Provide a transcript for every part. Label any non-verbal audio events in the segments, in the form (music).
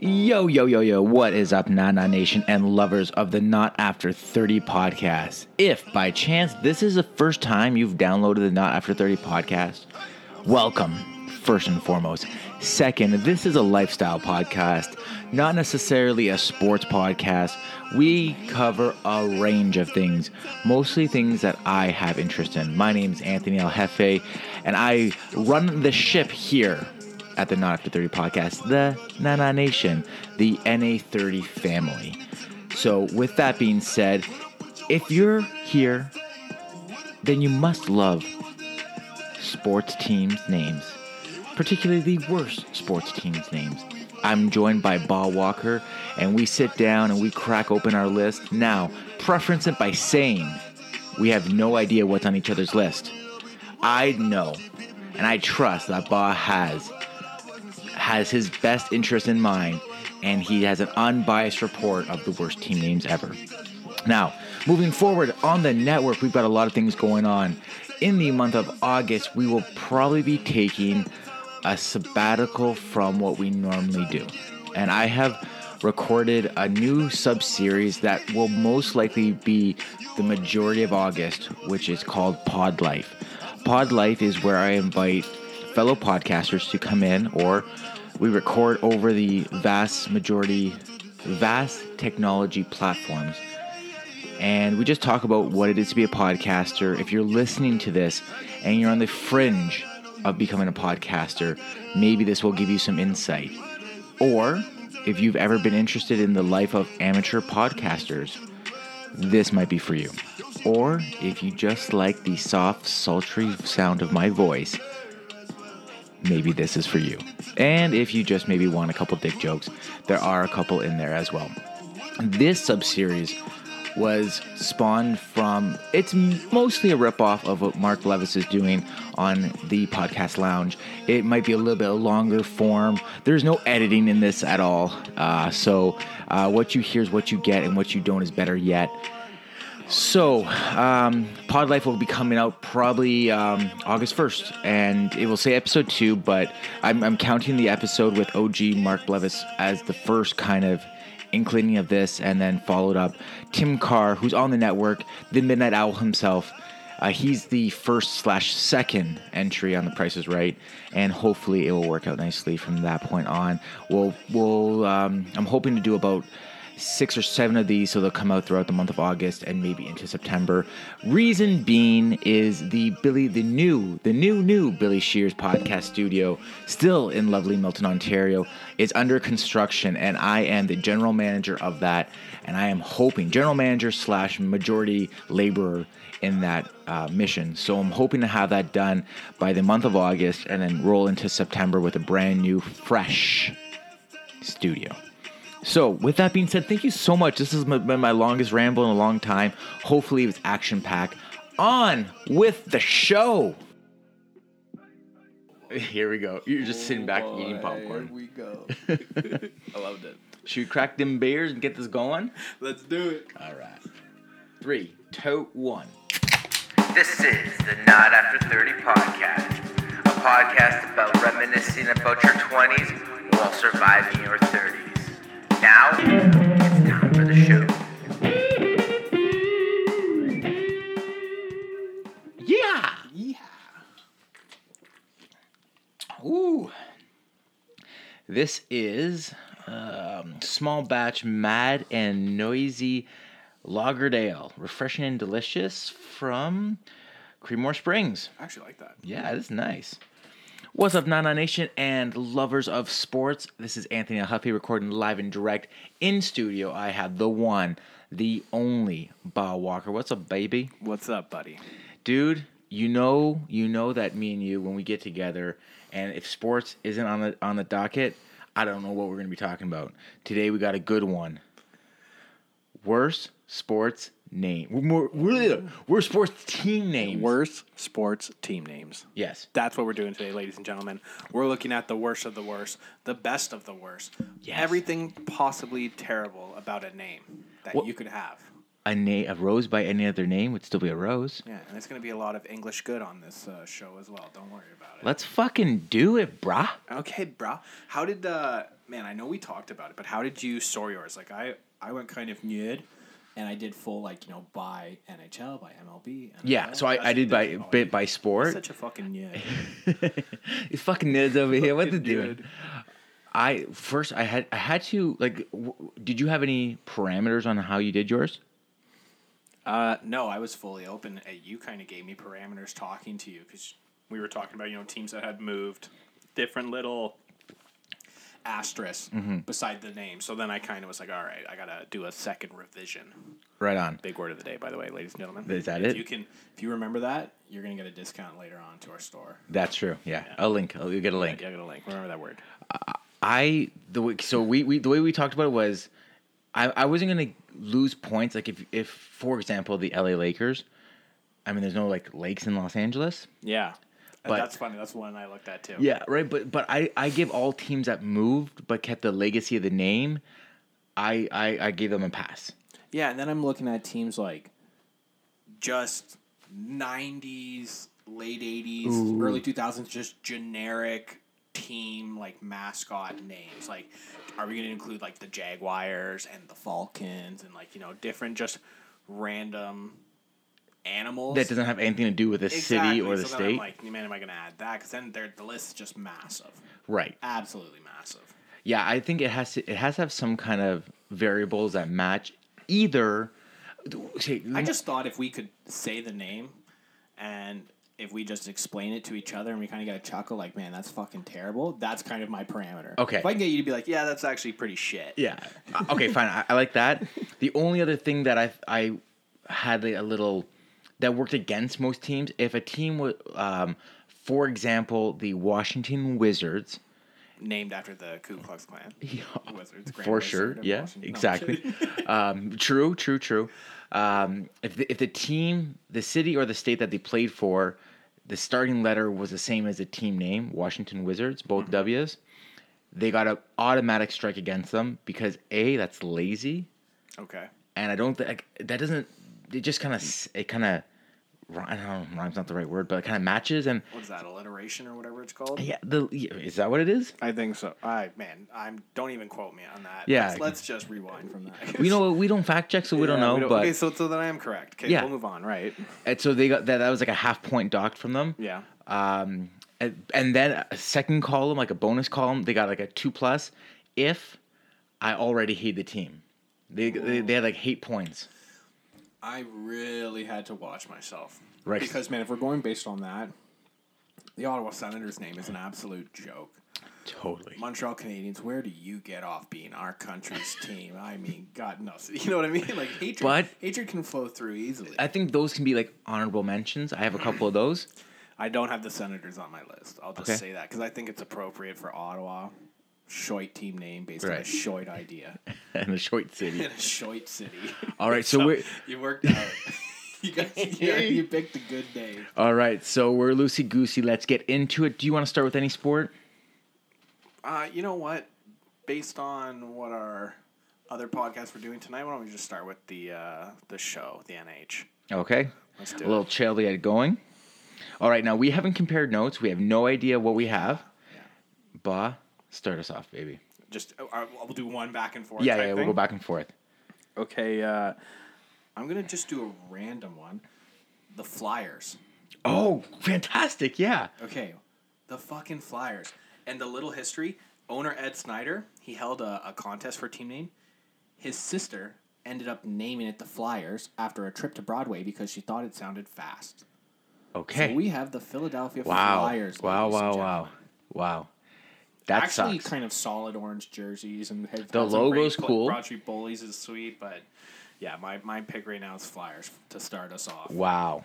Yo, yo, yo, yo, what is up, Nana Nation and lovers of the Not After 30 podcast? If by chance this is the first time you've downloaded the Not After 30 podcast, welcome, first and foremost. Second, this is a lifestyle podcast, not necessarily a sports podcast. We cover a range of things, mostly things that I have interest in. My name's Anthony El Jefe, and I run the ship here at the Not After 30 podcast, the Nana Nation, the NA30 family. So, with that being said, if you're here, then you must love sports teams' names, particularly the worst sports teams' names. I'm joined by Bob Walker, and we sit down and we crack open our list. Now, preference it by saying we have no idea what's on each other's list. I know, and I trust that Ba has has his best interest in mind, and he has an unbiased report of the worst team names ever. Now, moving forward on the network, we've got a lot of things going on. In the month of August, we will probably be taking a sabbatical from what we normally do. And I have recorded a new sub series that will most likely be the majority of August, which is called Pod Life. Pod Life is where I invite fellow podcasters to come in or we record over the vast majority vast technology platforms and we just talk about what it is to be a podcaster if you're listening to this and you're on the fringe of becoming a podcaster maybe this will give you some insight or if you've ever been interested in the life of amateur podcasters this might be for you. Or if you just like the soft, sultry sound of my voice, maybe this is for you. And if you just maybe want a couple dick jokes, there are a couple in there as well. This sub series was spawned from it's mostly a ripoff of what Mark Levis is doing on the podcast lounge. It might be a little bit longer form. There's no editing in this at all. Uh, so uh, what you hear is what you get, and what you don't is better yet. So, um, Pod Life will be coming out probably um, August 1st, and it will say episode two, but I'm, I'm counting the episode with OG Mark Levis as the first kind of inclining of this, and then followed up Tim Carr, who's on the network, the Midnight Owl himself. Uh, he's the first slash second entry on the Price is Right, and hopefully it will work out nicely from that point on. We'll, we'll um, I'm hoping to do about six or seven of these, so they'll come out throughout the month of August and maybe into September. Reason being is the Billy, the new, the new, new Billy Shears podcast studio, still in lovely Milton, Ontario, is under construction, and I am the general manager of that, and I am hoping general manager slash majority laborer in that uh, mission. So I'm hoping to have that done by the month of August, and then roll into September with a brand new, fresh studio. So, with that being said, thank you so much. This has been my longest ramble in a long time. Hopefully, it was action packed. On with the show. Here we go. You're just sitting back eating Here popcorn. we go. (laughs) I loved it. Should we crack them beers and get this going? Let's do it. All right. Three, two, one. This is the Not After 30 podcast, a podcast about reminiscing about your 20s while surviving your 30s. Now, it's time for the show. Yeah. Yeah. Ooh. This is um, small batch, mad and noisy lagered ale, refreshing and delicious from Creemore Springs. I actually like that. Yeah, this is nice. What's up, Nana Nation and lovers of sports? This is Anthony Huffy recording live and direct in studio. I have the one, the only Bob Walker. What's up, baby? What's up, buddy? dude you know you know that me and you when we get together and if sports isn't on the on the docket i don't know what we're going to be talking about today we got a good one worst sports name we're, we're, we're sports team names Worst sports team names. yes That's what we're doing today, ladies and gentlemen. We're looking at the worst of the worst, the best of the worst, Yes. everything possibly terrible about a name that What- you could have. a, na- a rose by any other name would still be a rose Yeah, and it's going to be a lot of English good on this uh, show as well. Don't worry about it. let's fucking do it bruh Okay, bro. How did uh, man, I know we talked about it, but how did you sort yours? Like I, I went kind of nude, and I did full like you know by NHL, by MLB. NFL. Yeah, so That's I, I what did by all. bit by You're sport. Such a fucking nude. (laughs) These fucking nerds over here. What they Fucking doing? dude. I first I had I had to like. W- did you have any parameters on how you did yours? Uh, no, I was fully open. Uh, You kind of gave me parameters talking to you because we were talking about you know teams that had moved, different little asterisk Mm-hmm. beside the name. So then I kind of was like, all right, I gotta do a second revision. Right on. Big word of the day, by the way, ladies and gentlemen. Is that if it? You can, if you remember that, you're gonna get a discount later on to our store. That's true. Yeah, a link. Oh, You get a link. Yeah, I got a link. Remember that word. I the way, so we, we the way we talked about it was, I, I wasn't gonna lose points. Like if if for example the L.A. Lakers, I mean there's no like lakes in Los Angeles. Yeah, But- that's funny. That's one I looked at too. Yeah, right. But but I I give all teams that moved but kept the legacy of the name. I I, I gave them a pass. Yeah, and then I'm looking at teams like just 90s, late 80s, early 2000s, just generic team like mascot names. Like, are we going to include like the Jaguars and the Falcons and like, you know, different just random animals? That doesn't have anything to do with the city or the so then I'm state. like, man, am I going to add that? Because then they're- the list is just massive. right. Absolutely massive. Yeah, I think it has to it has to have some kind of variables that match either. Okay, I just thought if we could say the name and if we just explain it to each other and we kind of get a chuckle, like, man, that's fucking terrible, that's kind of my parameter. Okay. If I can get you to be like, yeah, that's actually pretty shit. Yeah. Uh, Okay, fine. I, I like that. The only other thing that I I had a little that worked against most teams, if a team was, um, for example, the Washington Wizards, Named after the Ku (laughs) Klux Klan. Wizards, Grand for Wizard sure. of Yeah, Washington. No, I'm exactly. kidding. (laughs) um, true, true, true. Um, if the, if the team, the city or the state that they played for, the starting letter was the same as the team name, Washington Wizards, both Mm-hmm. W's, they got an automatic strike against them because a that's lazy. okay. and I don't think like, that doesn't. It just kind of it kind of I don't know, rhymes not the right word, but it kind of matches and What is that, alliteration or whatever it's called? yeah, the yeah, is that what it is? I think so. I man, I'm don't even quote me on that. Yeah. let's, let's just rewind from that. We know we don't fact check, so we don't Yeah, know. but okay, so so then I am correct. Okay, Yeah. we'll move on. Right? and so they got that. That was like a half point docked from them. Yeah. Um, and, and then a second column, like a bonus column, they got like a two plus. If I already hate the team, they they, they had like hate points. I really had to watch myself. Right. Because man, if we're going based on that, the Ottawa Senators name is an absolute joke. Totally. Montreal Canadiens, where do you get off being our country's (laughs) team? I mean, God knows. (laughs) You know what I mean? Like hatred But- hatred can flow through easily. I think those can be like honorable mentions. I have a couple of those. (laughs) I don't have the Senators on my list. I'll just Okay. say that because I think it's appropriate for Ottawa. Schoit team name based on a Right. Schoit idea. (laughs) and the short city. In a (laughs) Schoit city. All right, so we're you worked out. (laughs) you, guys, (laughs) you, you picked a good name. All right, so we're loosey goosey. Let's get into it. Do you want to start with any sport? Uh, you know what? Based on what our other podcasts we're doing tonight, why don't we just start with the uh, the show, the NH? Okay. Let's do A little it. chill to get going. All right, now we haven't compared notes. We have no idea what we have. Yeah. Bah, start us off, baby. Just uh, uh, we'll do one back and forth. Yeah, type yeah, we'll thing. go back and forth. Okay, uh, I'm gonna just do a random one. The Flyers. Oh, fantastic. Yeah. Okay, the fucking Flyers. And the little history. Owner Ed Snyder, he held a, a contest for team name. His sister ended up naming it the Flyers after a trip to Broadway because she thought it sounded fast. Okay. So we have the Philadelphia wow. Flyers. wow, ladies and wow, gentlemen. wow. Wow. That Actually, sucks. kind of solid orange jerseys and they've The got some logo's great- cool. Broad Street Bullies is sweet, but yeah, my, my pick right now is Flyers to start us off. wow.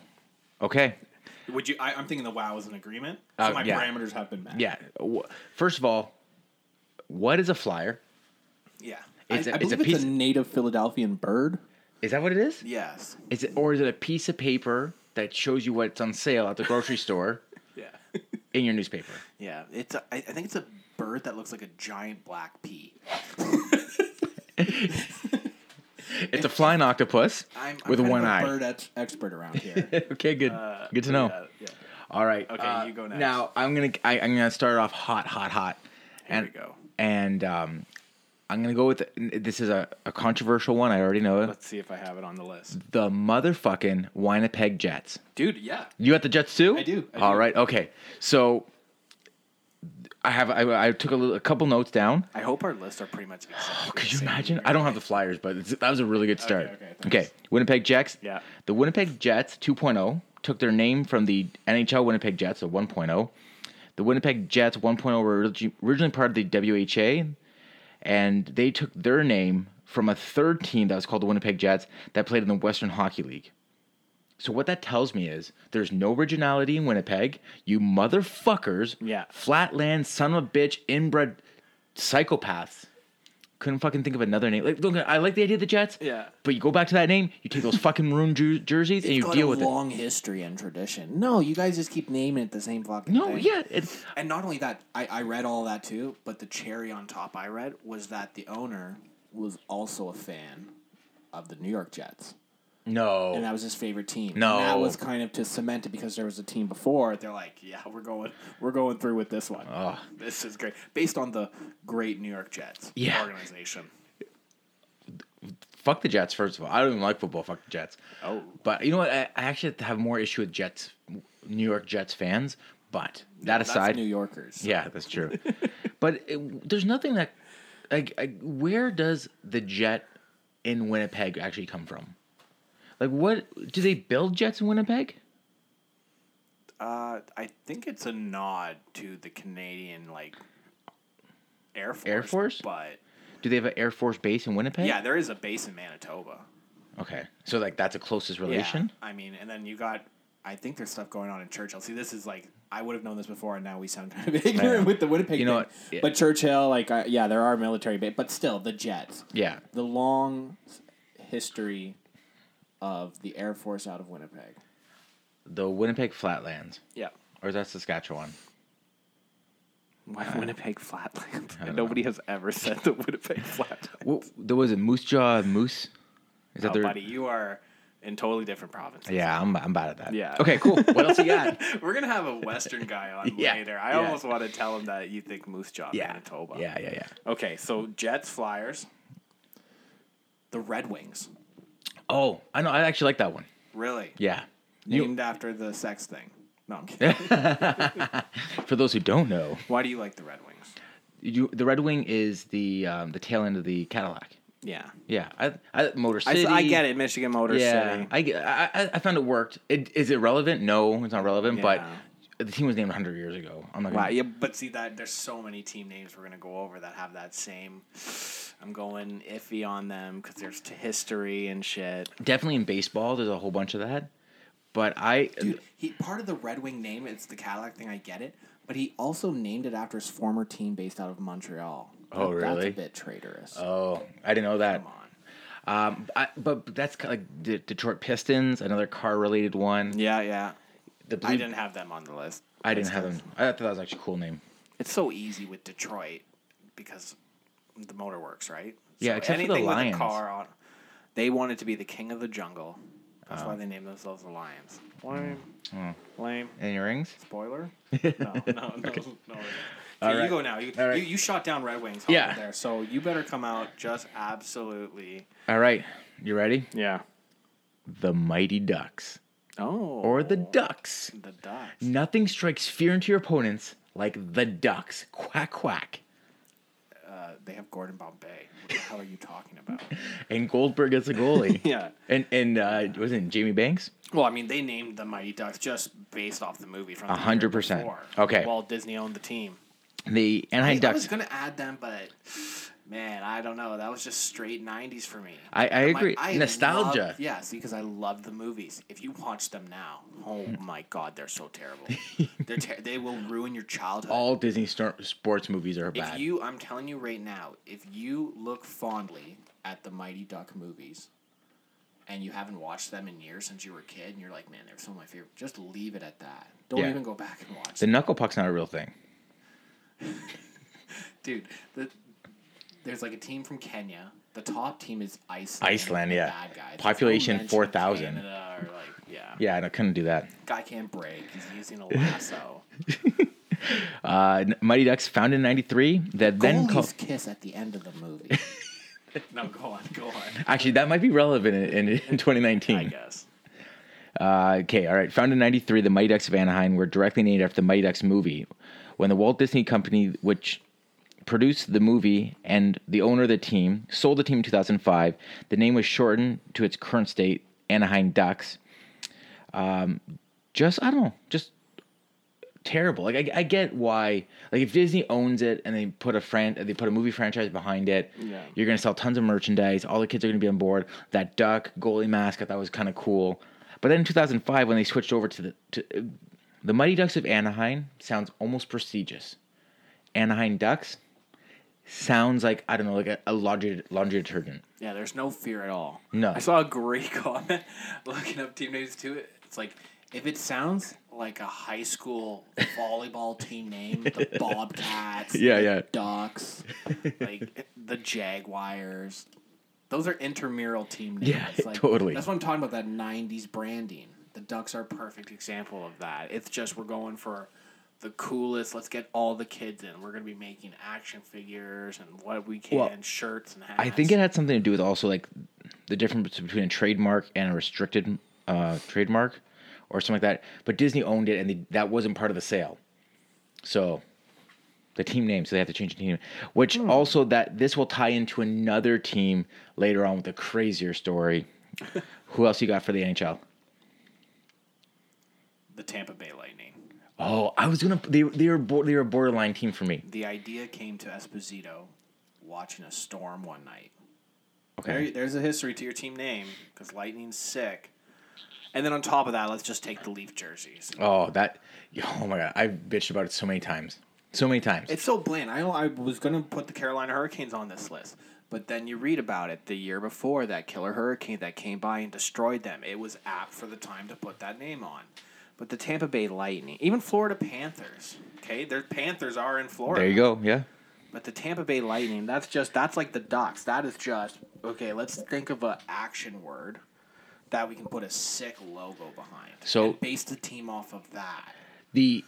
Okay. Would you? I, I'm thinking the wow is an agreement. So Uh, my yeah. parameters have been met. Yeah. Wh- First of all, what is a flyer? yeah. It's I, a- I it's a believe it's piece- a native Philadelphian bird. Is that what it is? Yes. Is it or is it a piece of paper that shows you what's on sale at the grocery (laughs) store Yeah. in your newspaper? (laughs) yeah. It's. A, I, I think it's a bird that looks like a giant black pea. It's a flying octopus I'm, I'm with kind of one a eye. Bird ex- expert around here. (laughs) Okay, good. Uh, good to know. yeah, yeah. All right. Okay, uh, you go next. Now I'm gonna I, I'm gonna start off hot, hot, hot. and we go. and um, I'm gonna go with this is a, a controversial one. I already know it. Let's see if I have it on the list. The motherfucking Winnipeg Jets. Dude, yeah. You at the Jets too? I do, I All do. right. Okay. So I have I, I took a, little, a couple notes down. I hope our lists are pretty much exactly Oh, Could the you same. imagine? I don't have the Flyers, but it's, that was a really good start. okay, thanks. Winnipeg Jets. Yeah. The Winnipeg Jets 2.0 took their name from the NHL Winnipeg Jets, so 1.0. The Winnipeg Jets 1.0 were origi- originally part of the WHA, and they took their name from a third team that was called the Winnipeg Jets that played in the Western Hockey League. So what that tells me is there's no originality in Winnipeg. You motherfuckers, Yeah. flatland son of a bitch, inbred psychopaths. Couldn't fucking think of another name. Like, look, I like the idea of the Jets. Yeah. But you go back to that name, you take those fucking maroon jer- jerseys, and you Got deal a with long history and tradition. No, you guys just keep naming it the same it. fucking No, thing. yeah, it's And not only that, I, I read all that too, but the cherry on top I read was that the owner was also a fan of the New York Jets. no. And that was his favorite team. No. And that was kind of to cement it because there was a team before. They're like, yeah, we're going we're going through with this one. Ugh. This is great. Based on the great New York Jets Yeah. organization. Fuck the Jets. First of all, I don't even like football. Fuck the Jets. Oh. But you know what? I, I actually have more issue with Jets, New York Jets fans. But that That's aside, New Yorkers. Yeah, that's true. but it, there's nothing that, like, like, where does the jet in Winnipeg actually come from? Like, what do they build jets in Winnipeg? Uh, I think it's a nod to the Canadian like Air Force. Air Force? but Do they have an Air Force base in Winnipeg? yeah, there is a base in Manitoba. Okay, so like that's the closest relation. Yeah, I mean, and then you got. I think there's stuff going on in Churchill. See, this is like I would have known this before, and now we sound kind of (laughs) ignorant with the Winnipeg. You know thing. what? Yeah. But Churchill, like, I, yeah, there are military, ba- but still, the Jets, Yeah. the long s- history of the Air Force out of Winnipeg. The Winnipeg Flatlands, Yeah. or is that Saskatchewan? Why Winnipeg (laughs) Flatlands? Nobody has ever said the (laughs) Winnipeg Flatlands. What there was a Moose Jaw Moose. Is that Oh, their? buddy, you are in totally different provinces. Yeah, I'm I'm bad at that. Yeah. Okay, cool. What else you got? (laughs) We're gonna have a Western guy on (laughs) Yeah, later. I yeah. almost want to tell him that you think Moose Jaw, yeah. Manitoba. Yeah, yeah, yeah. Okay, so Jets, Flyers, the Red Wings. Oh, I know. I actually like that one. Really? Yeah. Named after the sex thing. No, I'm (laughs) kidding. For those who don't know, Why do you like the Red Wings? You, the Red Wing is the um, the tail end of the Cadillac. Yeah, Yeah, I, I Motor I, City. I get it. Michigan Motor Yeah, City. I get. I, I- I found it worked. It, is it relevant? No, it's not relevant. Yeah. But the team was named 100 years ago. I'm not. Wow. Gonna, Yeah, but see that there's so many team names we're gonna go over that have that same. I'm going iffy on them because there's t- history and shit. Definitely in baseball, there's a whole bunch of that. But I, Dude, he part of the Red Wing name. It's the Cadillac thing. I get it, but he also named it after his former team based out of Montreal. Oh, That- That's really? a bit traitorous. oh, I didn't know that. Come on. Um, I, but that's kind of like the Detroit Pistons, another car related one. Yeah, yeah. The I Blue- didn't have them on the list. I didn't have them. I thought that was actually a cool name. It's so easy with Detroit because the motor works, right? Yeah, So except for the anything with a Lions. car on, they wanted to be the king of the jungle. That's Oh. why they named themselves the Lions. Lame. Hmm. Lame. Any rings? (laughs) Spoiler? No, no, no, no. So you right. go now. You, All right. you, you shot down Red Wings. Yeah. Yeah. There, so you better come out just absolutely. All right, you ready? Yeah. The Mighty Ducks Oh. or the Ducks. the Ducks. Nothing strikes fear into your opponents like the ducks. Quack, quack. Uh, they have Gordon Bombay. What the hell are you talking (laughs) about? And Goldberg is a goalie. (laughs) Yeah. And, and uh, wasn't it Jamie Banks? Well, I mean, they named the Mighty Ducks just based off the movie from the year 100%. before. Okay. Walt Disney owned the team. The Anaheim I was Ducks. gonna add them, but man, I don't know. That was just straight '90s for me. I, I I'm like, agree. I Nostalgia. loved- yeah, see, because I love the movies. If you watch them now, oh Hmm. my god, they're so terrible. they're ter- they will ruin your childhood. (laughs) All Disney stor- sports movies are if bad. you, I'm telling you right now, if you look fondly at the Mighty Duck movies. And you haven't watched them in years since you were a kid, and you're like, man, they're some of my favorite. Just leave it at that. Don't Yeah. even go back and watch. the knuckle puck's not a real thing. dude. The, there's like a team from Kenya. The top team is Iceland. Iceland, the yeah. bad guys. There's no Population mention of 4,000. Canada Or like, yeah. Yeah, I couldn't do that. guy can't break. He's using a lasso. Uh, N- Mighty Ducks founded in 93 that then Then called kiss at the end of (laughs) the movie. no, go on, go on. Actually, that might be relevant in, in, in 2019. I guess. Uh, okay, all right. Founded in 93, the Mighty Ducks of Anaheim were directly named after the Mighty Ducks movie. When the Walt Disney Company, which produced the movie and the owner of the team, sold the team in 2005, the name was shortened to its current state, Anaheim Ducks. Um, just, I don't know, just terrible. Like, I, I get why, like, if Disney owns it and they put a fran- they put a movie franchise behind it, Yeah. you're going to sell tons of merchandise. All the kids are going to be on board. That duck goalie mask, I thought was kind of cool. But then in 2005, when they switched over to the to, uh, the Mighty Ducks of Anaheim, sounds almost prestigious. Anaheim Ducks sounds like I don't know, like a, a laundry laundry detergent. Yeah, there's no fear at all. No. I saw a great (laughs) comment looking up team names too. It's like if it sounds like a high school (laughs) volleyball team name, the Bobcats, Yeah, the yeah. Ducks, like the Jaguars. Those are intermural team names. Yeah, like, totally. That's what I'm talking about. That '90s branding. The Ducks are a perfect example of that. It's just we're going for the coolest. Let's get all the kids in. We're gonna be making action figures and what we can, Well, shirts and hats. I think it had something to do with also like the difference between a trademark and a restricted uh, trademark or something like that. But Disney owned it, and they, that wasn't part of the sale. So the team name, so they have to change the team, name. which also that this will tie into another team later on with a crazier story. Who else you got for the NHL? the Tampa Bay Lightning. Oh, I was gonna. They they were bo- they were a borderline team for me. The idea came to Esposito watching a storm one night. Okay, There- there's a history to your team name because Lightning's sick. And then on top of that, let's just take the Leaf jerseys. Oh, that. (laughs) Oh my god, I've bitched about it so many times, so many times. It's so bland. I I was gonna put the Carolina Hurricanes on this list, but then you read about it the year before that killer hurricane that came by and destroyed them. It was apt for the time to put that name on. But the Tampa Bay Lightning, even Florida Panthers, okay, their Panthers are in Florida. there you go. Yeah. But the Tampa Bay Lightning, that's just that's like the Ducks. That is just okay. Let's think of an action word that we can put a sick logo behind. So- and base the team off of that. the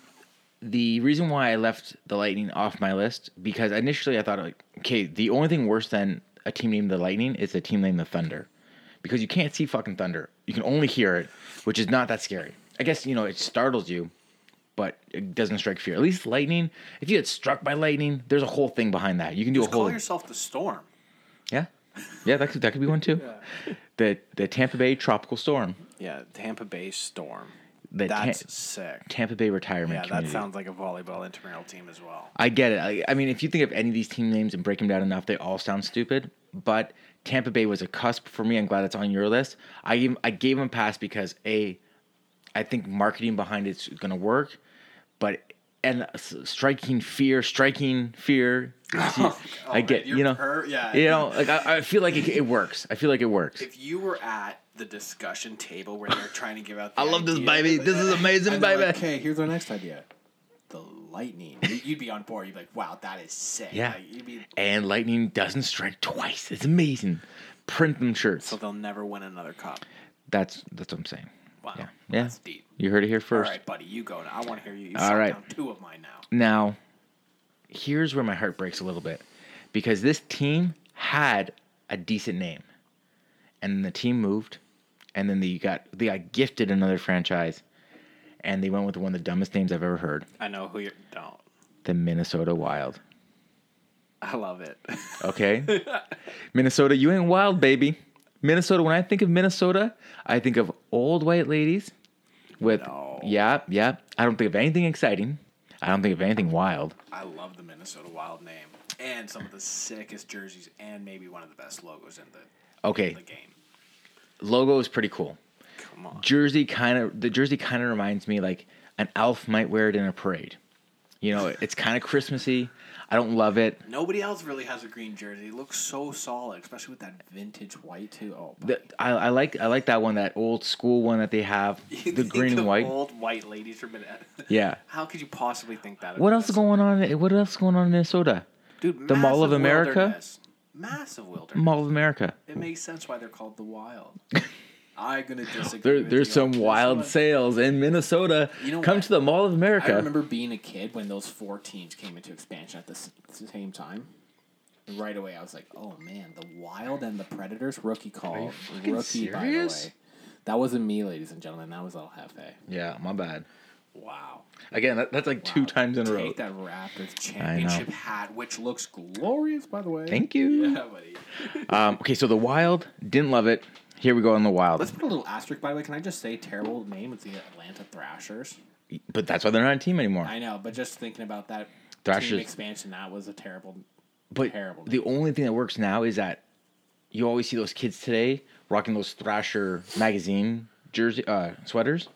the reason why I left the Lightning off my list because initially I thought like, okay, the only thing worse than a team named the Lightning is a team named the Thunder, because you can't see fucking thunder. You can only hear it, which is not that scary. I guess you know it startles you, but it doesn't strike fear. At least lightning. If you get struck by lightning, there's a whole thing behind that. You can do Just a whole call yourself the Storm. yeah, yeah. That could that could be one (laughs) too. The the Tampa Bay Tropical Storm, Yeah, Tampa Bay Storm. the Ta- That's sick. Tampa Bay Retirement Yeah, that Community. sounds like a volleyball intramural team as well. I get it. I, I mean, if you think of any of these team names and break them down enough, they all sound stupid. But Tampa Bay was a cusp for me. I'm glad it's on your list. I gave, I gave them a pass because a, I think marketing behind it's going to work, but and s- striking fear, striking (laughs) fear. I man, get Oh, you're you know, per- yeah. you know, like I, I feel like it, it works. I feel like it works. If you were at the discussion table where they're trying to give out, I the love this idea- baby. This is amazing, And they're baby. like, okay, here's our next idea. The lightning. You- You'd be on board. You'd be like, wow, that is sick. Yeah. Like, you'd be, And lightning doesn't strike twice. It's amazing. Print them shirts. so they'll never win another cup. That's that's what I'm saying. Wow. Yeah. Yeah. That's deep. You heard it here first. All right, buddy, you go now. I want to hear you. you All All right. right. Down two of mine now. Now, here's where my heart breaks a little bit because this team had a decent name, and then the team moved, and then they got they got gifted another franchise, and they went with one of the dumbest names I've ever heard, I know who you don't. the Minnesota Wild. I love it. (laughs) Okay, Minnesota, you ain't wild, baby. Minnesota. When I think of Minnesota, I think of old white ladies with No. yeah, yeah. I don't think of anything exciting. I don't think of anything wild. I love the Minnesota Wild name and some of the sickest jerseys and maybe one of the best logos in the, Okay, the game. logo is pretty cool. Come on. jersey kind of the jersey kind of reminds me like an elf might wear it in a parade. You know, it's kind of Christmassy. I don't love it. Nobody else really has a green jersey. It looks so solid, especially with that vintage white too. Oh, The- I, I like I like that one, that old school one that they have, (laughs) You the think green of and white. Old white ladies from Minnesota. Yeah. How could you possibly think that? of What else is Minnesota? going on? in- What else is going on in Minnesota? Dude, the Mall of massive America? wilderness. Massive wilderness. Mall of America. (laughs) It makes sense why they're called the Wild. I gonna disagree. There, with there's you some on this wild one. sales in Minnesota. uh, You know Come what? to the Mall of I America. remember being a kid when those four teams came into expansion at the s- same time. And Right away, I was like, "Oh man, the Wild and the Predators rookie call, fucking rookie by the serious? way." That wasn't me, ladies and gentlemen. That was El Jefe. Yeah, my bad. Wow. Again, that, that's like two Wow. times in a row. Take that Raptors championship hat, which looks glorious, by the way. Thank you. (laughs) Yeah, buddy. (laughs) Um, okay, so the Wild didn't love it. Here we go on the Wild, Let's put a little asterisk, by the way. Can I just say terrible name? It's the Atlanta Thrashers. but that's why they're not a team anymore. I know, but just thinking about that team Thrashers- expansion, that was a terrible. But terrible the only thing that works now is that you always see those kids today rocking those Thrasher magazine jersey uh, sweaters.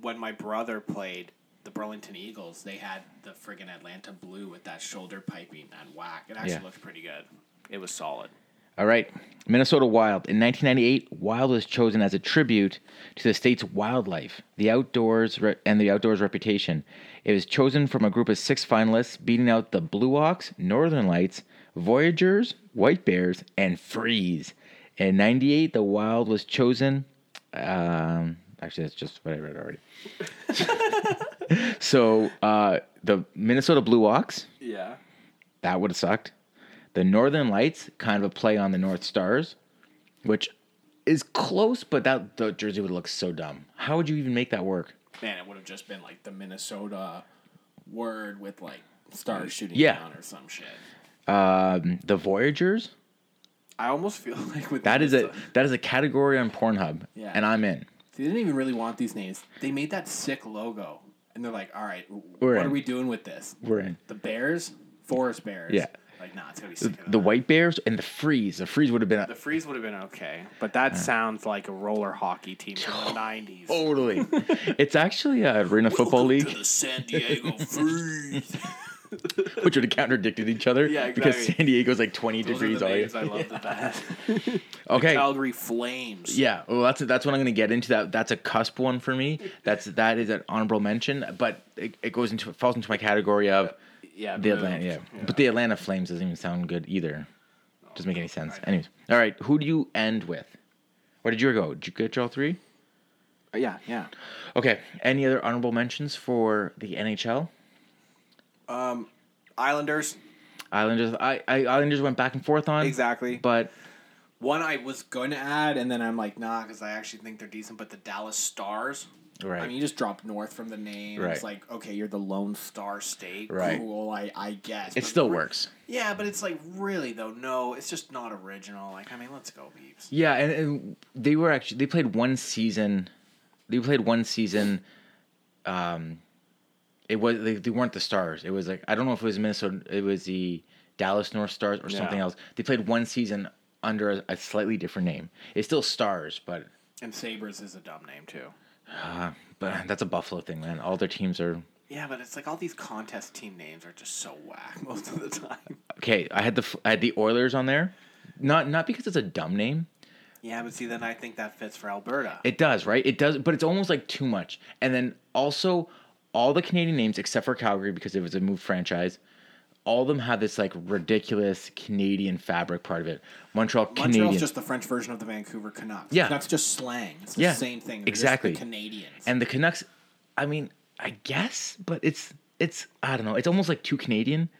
When my brother played the Burlington Eagles, they had the friggin' Atlanta blue with that shoulder piping and whack. It actually Yeah. looked pretty good. It was solid. All right, Minnesota Wild. In 1998, Wild was chosen as a tribute to the state's wildlife, the outdoors, re- and the outdoors reputation. It was chosen from a group of six finalists, beating out the Blue Ox, Northern Lights, Voyagers, White Bears, and Freeze. In 98, the Wild was chosen. Um, actually, that's just what I read already. (laughs) so uh, the Minnesota Blue Ox, Yeah. that would have sucked. The Northern Lights, kind of a play on the North Stars, which is close, but that the jersey would look so dumb. How would you even make that work? Man, it would have just been like the Minnesota word with like stars shooting Yeah. down or some shit. Um, the Voyagers, I almost feel (laughs) like with that is a Minnesota- that is a category on Pornhub, Yeah. and I'm in. They didn't even really want these names. They made that sick logo, and they're like, "All right, We're what in. are we doing with this? We're in. The Bears, Forest Bears. Yeah. like nah, it's gonna be sick. of The that. White Bears and the Freeze. The Freeze would have been the a, Freeze would have been okay, but that sounds like a roller hockey team (laughs) from the nineties. totally. it's actually a (laughs) Arena Football League, the San Diego (laughs) Freeze. which would have contradicted each other Yeah, because exactly. San Diego's like 20 Those are degrees. the all names year. I love (laughs) the best. Okay, Calgary Flames. Yeah, well, that's that's what I'm gonna get into. That that's a cusp one for me. That's that is an honorable mention, but it, it goes into falls into my category of yeah. the moved. Atlanta. Yeah. but the Atlanta Flames doesn't even sound good either. Doesn't make any sense. Anyways, all right, who do you end with? Where did you go? Did you get your all three? yeah, yeah. Okay. Any other honorable mentions for the NHL? Islanders, Islanders. I, I Islanders went back and forth on exactly. but One I was going to add, and then I'm like, nah, because I actually think they're decent. But the Dallas Stars, Right. I mean, you just drop North from the name. Right. It's like, okay, you're the Lone Star State. Right. Cool, I, I guess. it But still re- works. Yeah, but it's like really though. No, it's just not original. Like, I mean, let's go, Beeps. Yeah, and, and they were actually they played one season. They played one season. Um, it was they, they weren't the Stars. It was like I don't know if it was Minnesota. It was the Dallas North Stars or something Yeah. else. They played one season under a, a slightly different name. It's still Stars, but And Sabers is a dumb name too. but that's a Buffalo thing, man. All their teams are Yeah, but it's like all these contest team names are just so whack (laughs) most of the time. okay. I had the F- I had the Oilers on there, not not because it's a dumb name. Yeah, but see, then I think that fits for Alberta. It does, right? It does, but it's almost like too much. And then also, all the Canadian names except for Calgary because it was a moved franchise, all of them have this like ridiculous Canadian fabric part of it. Montreal Canadian, Montreal's just the French version of the Vancouver Canucks. Yeah. Canucks just slang. It's the Yeah, same thing. They're just exactly. the Canadians. and the Canucks. I mean, I guess, but it's it's I don't know. It's almost like too Canadian,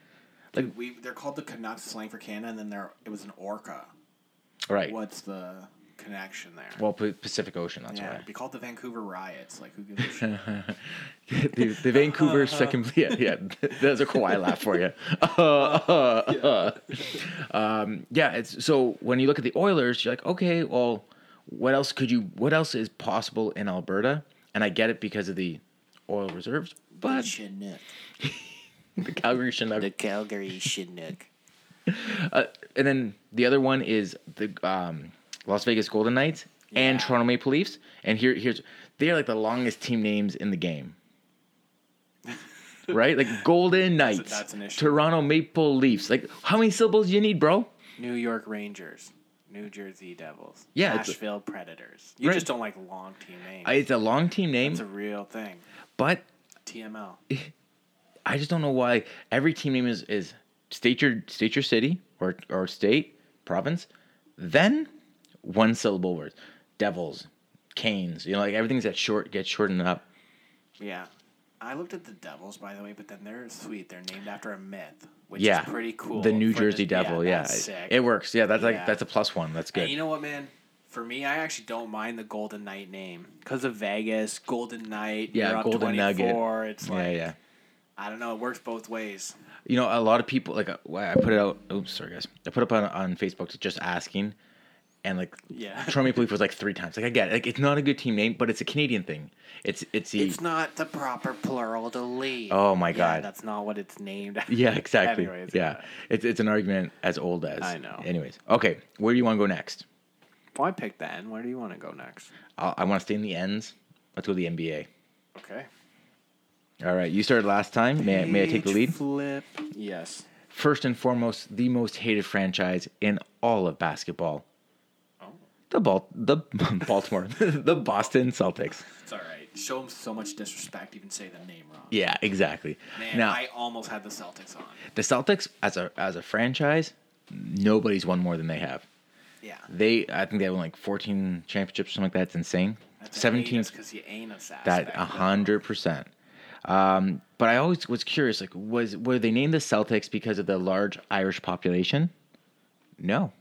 We they're called the Canucks slang for Canada, and then there it was an orca. All right? What's the connection there? Well, P- Pacific Ocean. That's yeah, why. it'd be called the Vancouver riots. Like who gives a shit? the, the Vancouver second. (laughs) Yeah, yeah. There's a Kawhi laugh for you. Um, yeah. It's so when you look at the Oilers, you're like, okay, well, what else could you? What else is possible in Alberta? And I get it because of the oil reserves, (laughs) but Chinook. the Calgary Chinook. Calgary Chinook. Uh, and then the other one is the um, Las Vegas Golden Knights and Yeah. Toronto Maple Leafs. And here, here's they're like the longest team names in the (laughs) game, right? Like Golden Knights, that's an issue. Toronto Maple Leafs. Like how many syllables do you need, bro? New York Rangers. New Jersey Devils. Yeah, it's- Nashville Predators. You Right. just don't like long team names. I- It's a long team name, it's a real thing. but TML. I just don't know why every team name is is state your state your city or or state province, then one syllable words. Devils, canes. You know, like everything's that short gets shortened up. Yeah. I looked at the Devils, by the way, but then they're sweet. They're named after a myth, which yeah, is pretty cool. The New for the- Jersey Devil. Yeah, that's sick. it works. Yeah, that's like Yeah. that's a plus one. That's And you good. know what, man? For me, I actually don't mind the Golden Knight name because of Vegas, Golden Knight. Yeah, you're up Golden Nugget. 24, It's Yeah, like yeah. I don't know. It works both ways. you know a lot of people like uh, why i put it out oops sorry guys i put up on, on facebook just asking and like (laughs) Yeah. Toronto Maple Leaf was like three times like i get it like it's not a good team name but it's a canadian thing it's it's, the, It's not the proper plural to leave. Oh my Yeah, God. that's not what it's named. (laughs) after. (laughs) yeah exactly Anyways, yeah it's, it's an argument as old as I know. anyways okay where do you want to go next Well, I picked that. And where do you want to go next? I'll, i want to stay in the ends let's go to the nba Okay. all right you started last time may, I- may i take the Page lead Flip. Yes. first and foremost the most hated franchise in all of basketball Oh. the Bal- the (laughs) Baltimore, the Boston Celtics. It's all right. Show them so much disrespect. Even say the name wrong. Yeah, exactly. Man, now I almost had the Celtics on. the Celtics as a as a franchise, nobody's won more than they have. Yeah. They I think they have like 14 championships, something like that. It's insane. 17 because you ain't a sass. that uh, a hundred percent. Um, but I always was curious, like, was were they named the Celtics because of the large Irish population? No.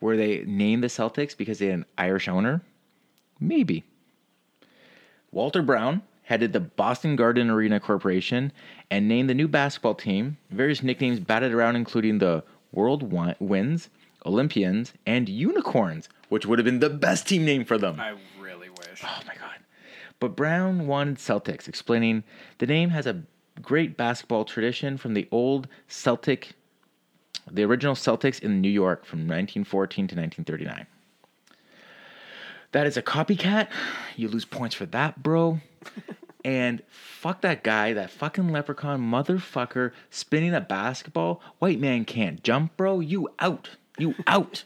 Were they named the Celtics because they had an Irish owner? Maybe. Walter Brown headed the Boston Garden Arena Corporation and named the new basketball team various nicknames batted around, including the World Wi- Winds, Olympians, and Unicorns, which would have been the best team name for them. I really wish. Oh my god. But Brown wanted Celtics, explaining the name has a great basketball tradition from the old Celtic the original Celtics in New York from 1914 to 1939. That is a copycat. You lose points for that, bro. and fuck that guy, that fucking leprechaun motherfucker spinning a basketball. White man can't jump, bro. You out. You out.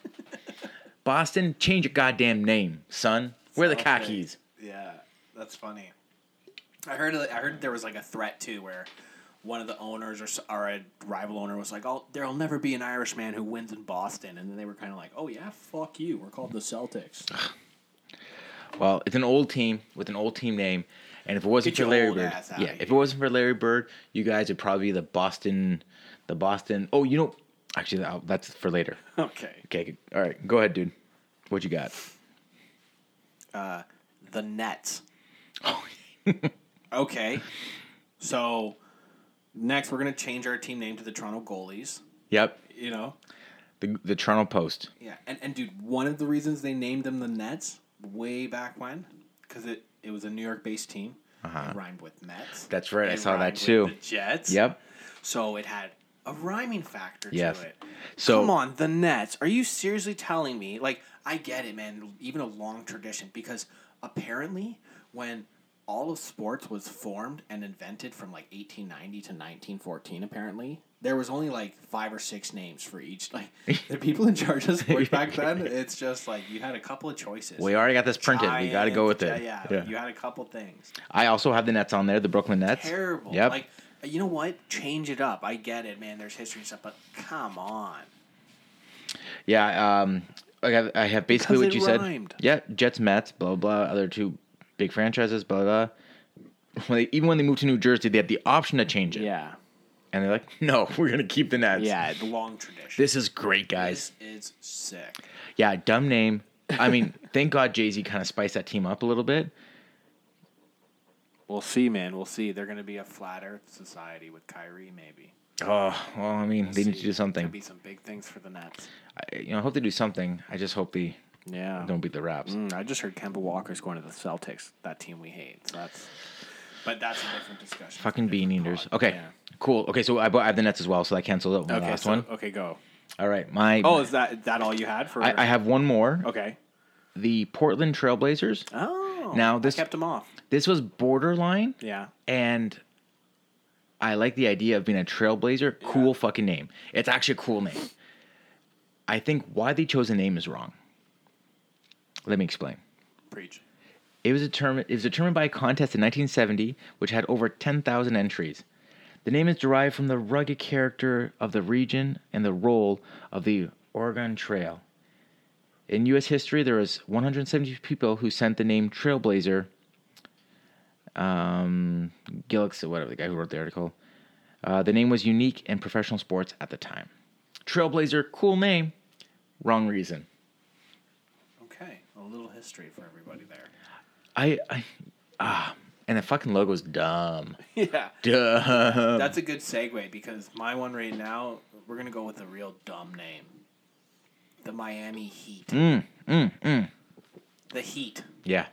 Boston, change your goddamn name, son. Where are the khakis? Yeah, that's funny. I heard uh, I heard there was like a threat too, where one of the owners or, s- or a rival owner was like, "Oh, there'll never be an Irishman who wins in Boston," and then they were kind of like, "Oh yeah, fuck you. We're called the Celtics." (laughs) Well, it's an old team with an old team name, and if it wasn't Get for your Larry old Bird, ass outta yeah, here. if it wasn't for Larry Bird, you guys would probably be the Boston, the Boston. Oh, you know, actually, I'll- that's for later. okay. Okay, good. all right, go ahead, dude. What you got? (laughs) The Nets. okay. So next, we're gonna change our team name to the Toronto Goalies. Yep, You know. the the Toronto Post. Yeah, and, and dude, one of the reasons they named them the Nets way back when, because it, it was a New York based team. It rhymed with Mets. Uh-huh. That's right, I It saw that rhymed with too. the Jets. Yep. So it had a rhyming factor Yes. to it. So- come on, the Nets. Are you seriously telling me? Like, I get it, man. Even a long tradition, because apparently, when all of sports was formed and invented from like 1890 to 1914, apparently there was only like five or six names for each. Like, (laughs) the people in charge of sports back then, it's just like you had a couple of choices. We already got this printed. we got to go with Giants, it. Yeah, yeah, Yeah. you had a couple things I also have the Nets on there, the Brooklyn Nets. terrible. Yep. Like, you know what? Change it up. I get it, man. There's history and stuff, but come on. Yeah, um, I have, I have basically Because what you it said. rhymed. Yeah, Jets, Mets, blah blah. Other two big franchises, blah blah. (laughs) When they, even when they moved to New Jersey, they had the option to change it, Yeah. and they're like, "No, (laughs) we're gonna keep the Nets." Yeah. The long tradition. this is great, guys. This is sick. Yeah, dumb name. I (laughs) mean, thank God Jay Z kind of spiced that team up a little bit. We'll see, man. We'll see. They're going to be a flat Earth society with Kyrie, maybe. Oh, well, I mean, they need to do Could something. be some big things for the Nets. I, you know, I hope they do something. I just hope they Yeah. don't beat the Raps. Mm, I just heard Kemba Walker's going to the Celtics, that team we hate. So that's. But that's a different discussion. Fucking Bean Eaters. Okay, Yeah. cool. Okay, so I, bought- I have the Nets as well, so I canceled out my Okay. last so- one. Okay. Go. All right, my Oh, is that is that all you had for? I, I have one more. Okay. the Portland Trailblazers. Oh. Now I this- kept him off. This was borderline, Yeah. and I like the idea of being a Trailblazer. Cool fucking name. It's actually a cool name. I think why they chose the name is wrong. Let me explain. Preach. It was determined. It was determined by a contest in 1970, which had over 10,000 entries. The name is derived from the rugged character of the region and the role of the Oregon Trail. In U.S. history, there was 170 people who sent the name Trailblazer. Um, Gillick, whatever the guy who wrote the article, uh, the name was unique in professional sports at the time. Trailblazer, cool name, wrong reason. Okay, a little history for everybody there. (laughs) I, I ah, and the fucking logo's dumb. Yeah. (laughs) Dumb. That's a good segue because my one right now, we're gonna go with a real dumb name. The Miami Heat. Mm, The Heat. Yeah.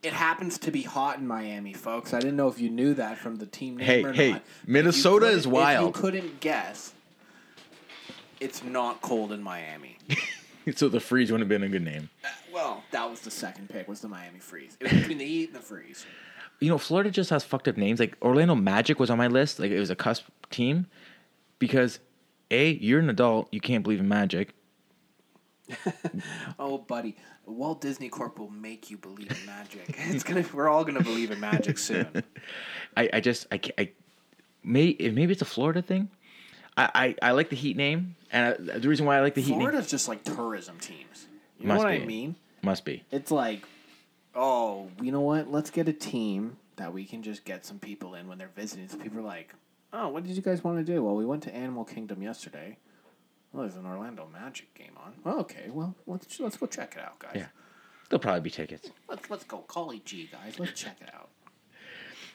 It happens to be hot in Miami, folks. I didn't know if you knew that from the team name Hey, or hey, not. If you Minnesota is couldn't- wild. If you couldn't guess, it's not cold in Miami. Uh, So the freeze wouldn't have been a good name. well, that was the second pick was the Miami Freeze. It was between the Heat and the Freeze. you know, Florida just has fucked up names. Like Orlando Magic was on my list. Like it was a cusp team because A, you're an adult, you can't believe in magic. Oh, buddy, Walt Disney Corp will make you believe in magic. (laughs) It's gonna. We're all gonna believe in magic soon. I, I just I, ca- I may eh, maybe it's a Florida thing. I, I, I like the Heat name, and I, the reason why I like the Heat name Florida's just like tourism teams. You know Must what I be. mean? must be It's like, oh, you know what? Let's get a team that we can just get some people in when they're visiting. So people are like, oh, what did you guys want to do? Well, we went to Animal Kingdom yesterday. Well, there's an Orlando Magic game on. Well, okay, well let's let's go check it out, guys. Yeah. there'll probably be tickets. Let's let's go call E G guys. Let's check it out.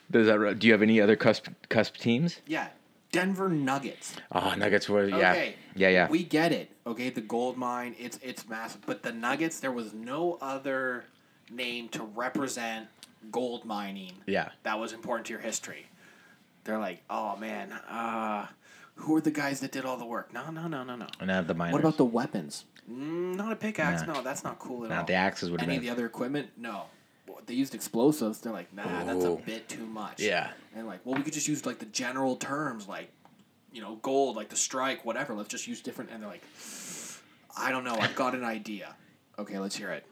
Does that ru- do you have any other cusp cusp teams? Yeah, Denver Nuggets. Oh, Nuggets were yeah Okay. yeah yeah. We get it. Okay, the gold mine, it's it's massive. But the Nuggets, there was no other name to represent gold mining. Yeah. That was important to your history. They're like, oh man, uh, who are the guys that did all the work? No, no, no, no, no. and have the miners. What about the weapons? Mm, not a pickaxe. Nah. No, that's not cool at Nah, all. the axes would've Any of been- the other equipment? No. Well, They used explosives. They're like, nah, that's a Ooh. bit too much. Yeah. And like, well, we could just use like the general terms, like, you know, gold, like the strike, whatever. Let's just use different. And they're like, I don't know. I've got an idea. Okay, let's hear it.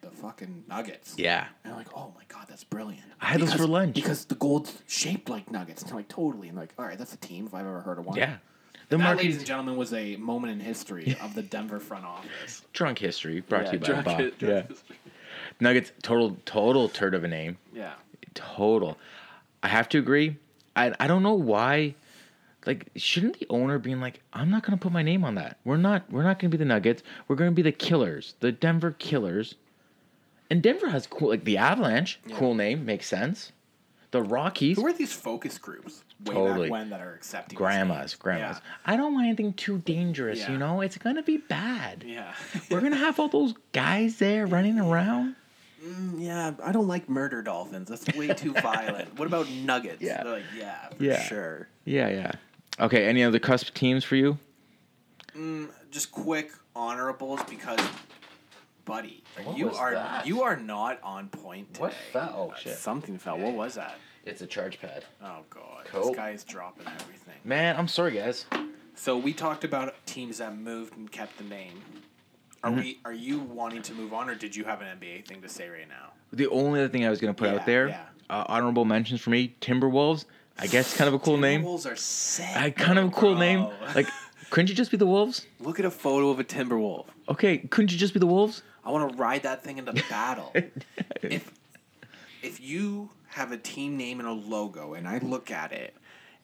The fucking nuggets. yeah? And I'm like, oh my god, that's brilliant. I had those for Because- lunch. Because the gold's shaped like nuggets. And I'm like, totally. And like, all right, that's a team if I've ever heard of one. Yeah. The That, ladies and market gentlemen, was a moment in history of the Denver front office. drunk history brought to you by Bob. yeah. Nuggets total total turd of a name. yeah. Total. I have to agree. I I don't know why. Like, shouldn't the owner being like, I'm not gonna put my name on that. We're not we're not gonna be the Nuggets. We're gonna be the Killers, the Denver Killers. And Denver has cool like the Avalanche, cool name, makes sense. The Rockies, Who are these focus groups way Totally. back when that are accepting? this grandmas, grandmas. I don't want anything too dangerous, Yeah. you know. It's gonna be bad. name? Yeah. (laughs) We're gonna have all those guys there running around. yeah, I don't like murder dolphins. That's way (laughs) too violent. What about nuggets? Yeah. They're like, yeah, for Yeah. sure. Yeah, yeah. Okay, any other cusp teams for you? Just quick honorables because buddy, What you was are that? you are not on point today. Uh, fell? Oh Something fell. What was that? It's a charge pad. Oh god. Cool. This guy is dropping everything. Man, I'm sorry, guys. So we talked about teams that moved and kept the name. Are Mm-hmm. we? Are you wanting to move on, or did you have an NBA thing to say right now? The only other thing I was gonna put Yeah, out there, yeah. uh, honorable mentions for me, Timberwolves. I guess kind of a cool name. Timberwolves are sick. I kind of a cool name. bro. (laughs) Like, couldn't you just be the Wolves? look at a photo of a Timberwolf. Okay, couldn't you just be the Wolves? I want to ride (laughs) that thing into battle. if if you have a team name and a logo, and I look at it.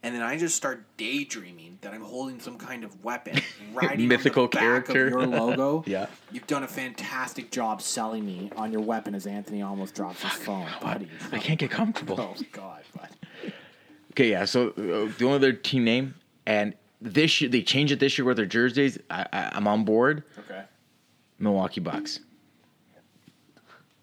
And then I just start daydreaming that I'm holding some kind (laughs) of weapon, riding Mythical on the back character. of your logo. (laughs) Yeah. you've done a fantastic job selling me on your weapon. As Anthony almost drops his phone, buddy. I can't get comfortable. Oh God, buddy. Okay, yeah. So uh, the only other team name, and this year they changed it this year with their jerseys. I, I, I'm on board. Okay. Milwaukee Bucks.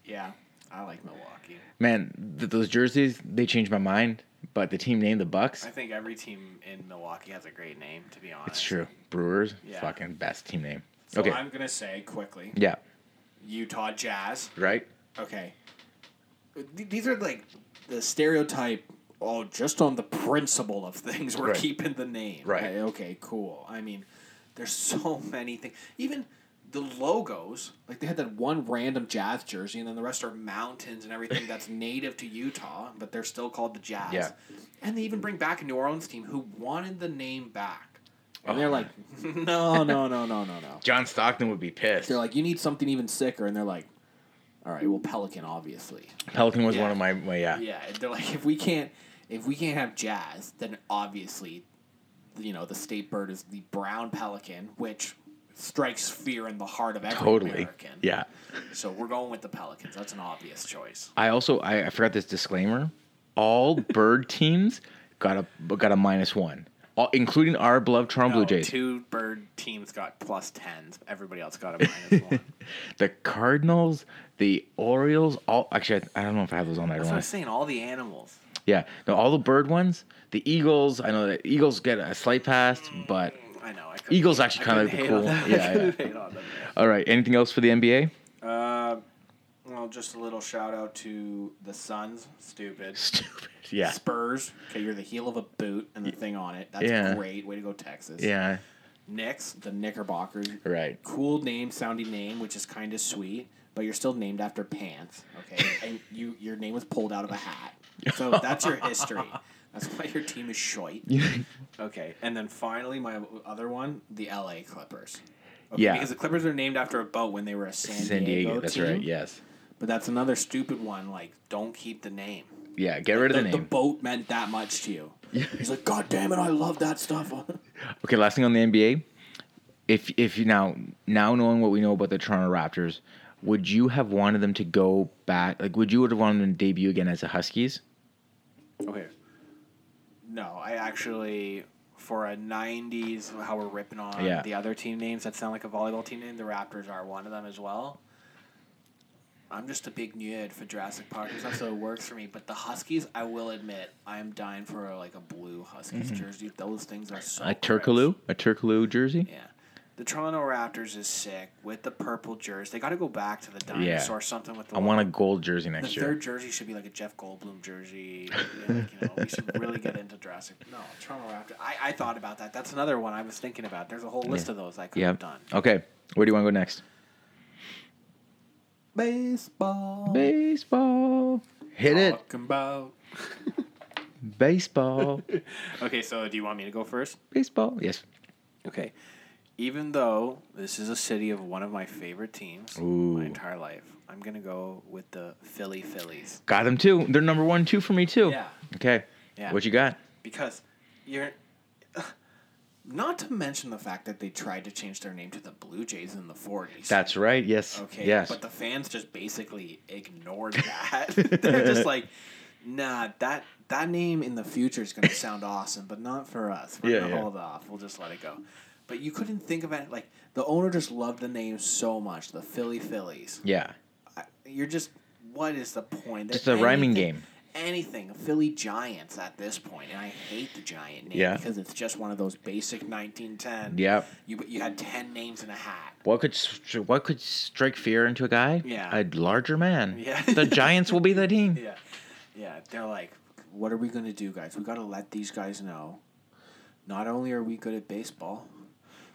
Yeah, I like Milwaukee. Man, th- those jerseys they changed my mind. But the team name, the Bucks. I think every team in Milwaukee has a great name, to be honest. It's true. Brewers, Yeah. fucking best team name. So okay. I'm gonna say quickly, Yeah. Utah Jazz. Right. Okay. Th- These are like the stereotype. Oh, just on the principle of things, we're Right. keeping the name. Right. Okay, okay, cool. I mean, there's so many things. Even the logos, like they had that one random Jazz jersey, and then the rest are mountains and (laughs) everything that's native to Utah, but they're still called the Jazz. Yeah. And they even bring back a New Orleans team who wanted the name back. And Oh, they're like, (laughs) no, no, no, no, no, no. John Stockton would be pissed. They're like, you need something even sicker. And they're like, all right, well, Pelican, obviously. Pelican was Yeah. one of my, my yeah. Yeah, and (laughs) they're like, if we can't, if we can't have jazz, then obviously, you know, the state bird is the brown pelican, which strikes fear in the heart of every Totally. American. Yeah. So we're going with the pelicans. That's an obvious choice. I also I, I forgot this disclaimer. (laughs) All bird teams got a got a minus one, all, including our beloved Toronto Blue No, Jays. Oh, Two bird teams got plus tens. Everybody else got a (laughs) minus one. The Cardinals, the Orioles. All actually, I, I don't know if I have those on. I don't That's what I wanna- was saying. All the animals. Yeah, no, all the bird ones. The Eagles. I know the Eagles get a slight pass, but I know. I couldn't- Eagles actually I kind of the couldn't hate cool. Yeah, on them. (laughs) I yeah. couldn't hate on them. All right. Anything else for the NBA? Well, just a little shout out to the Suns. (laughs) Stupid. Stupid. Yeah. Spurs. Okay, you're the heel of a boot and the thing on it. That's Yeah. great. Way to go, Texas. Yeah. Knicks, the Knickerbockers. Right. Cool name, sounding name, which is kind of sweet, but you're still named after pants. (laughs) Okay, and you your name was pulled out of a hat. So that's your history. That's why your team is shite. Okay, and then finally, my other one, the L.A. Clippers. Okay, Yeah. because the Clippers are named after a boat when they were a San, San Diego, Diego. That's team. right. Yes. But that's another stupid one. Like, don't keep the name. Yeah. Get rid of the, the, name. boat meant that much (laughs) to you. He's like, God damn it, I love that stuff. (laughs) Okay, last thing on the NBA. If if you now now knowing what we know about the Toronto Raptors, would you have wanted them to go back? Like, would you would have wanted them to debut again as the Huskies? Okay. No, I actually for a '90s how we're ripping on Yeah. the other team names that sound like a volleyball team name. The Raptors are one of them as well. I'm just a big nerd for Jurassic Park and stuff, so it works for me. But the Huskies, I will admit, I'm dying for like a blue Huskies jersey. Those things are so A gross. Mm-hmm. Turkaloo, a Turkaloo jersey. Yeah. The Toronto Raptors is sick with the purple jersey. They got to go back to the dinosaur something with the I want a gold jersey the next year. third jersey should be like a Jeff Goldblum jersey. like, you know, we should really get into Jurassic. No, Toronto Raptor. I, I thought about that. That's another one I was thinking about. There's a whole list of those I could Yeah. have done. Okay. Where do you want to go next? Baseball. Baseball. Hit it. Talking about. (laughs) Baseball. Okay, so do you want me to go first? Baseball. Yes. Okay. Even though this is a city of one of my favorite teams Ooh. my entire life, I'm going to go with the Philly Phillies. Got them too. They're number one two for me too. Yeah. Okay. Yeah. What you got? because you're (laughs) not to mention the fact that they tried to change their name to the Blue Jays in the 40s. That's right. Yes. okay. Yes. But the fans just basically (laughs) ignored that. (laughs) They're just like, nah, that that name in the future is going (laughs) to sound awesome, but not for us. We're Yeah, going to yeah. hold off. We'll just let it go. But you couldn't think of it. Like, the owner just loved the name so much, the Philly Phillies. yeah. I- You're just, what is the point? Just a rhyming Anything- game. Anything. Philly Giants at this point, and I hate the Giant name Yeah. because it's just one of those basic 1910. Yep. You you had 10 names in a hat. What could str- what could strike fear into a guy? Yeah. a larger man. Yeah. the Giants will be the team. (laughs) Yeah. Yeah. They're like, what are we going to do, guys? We got to let these guys know. Not only are we good at baseball,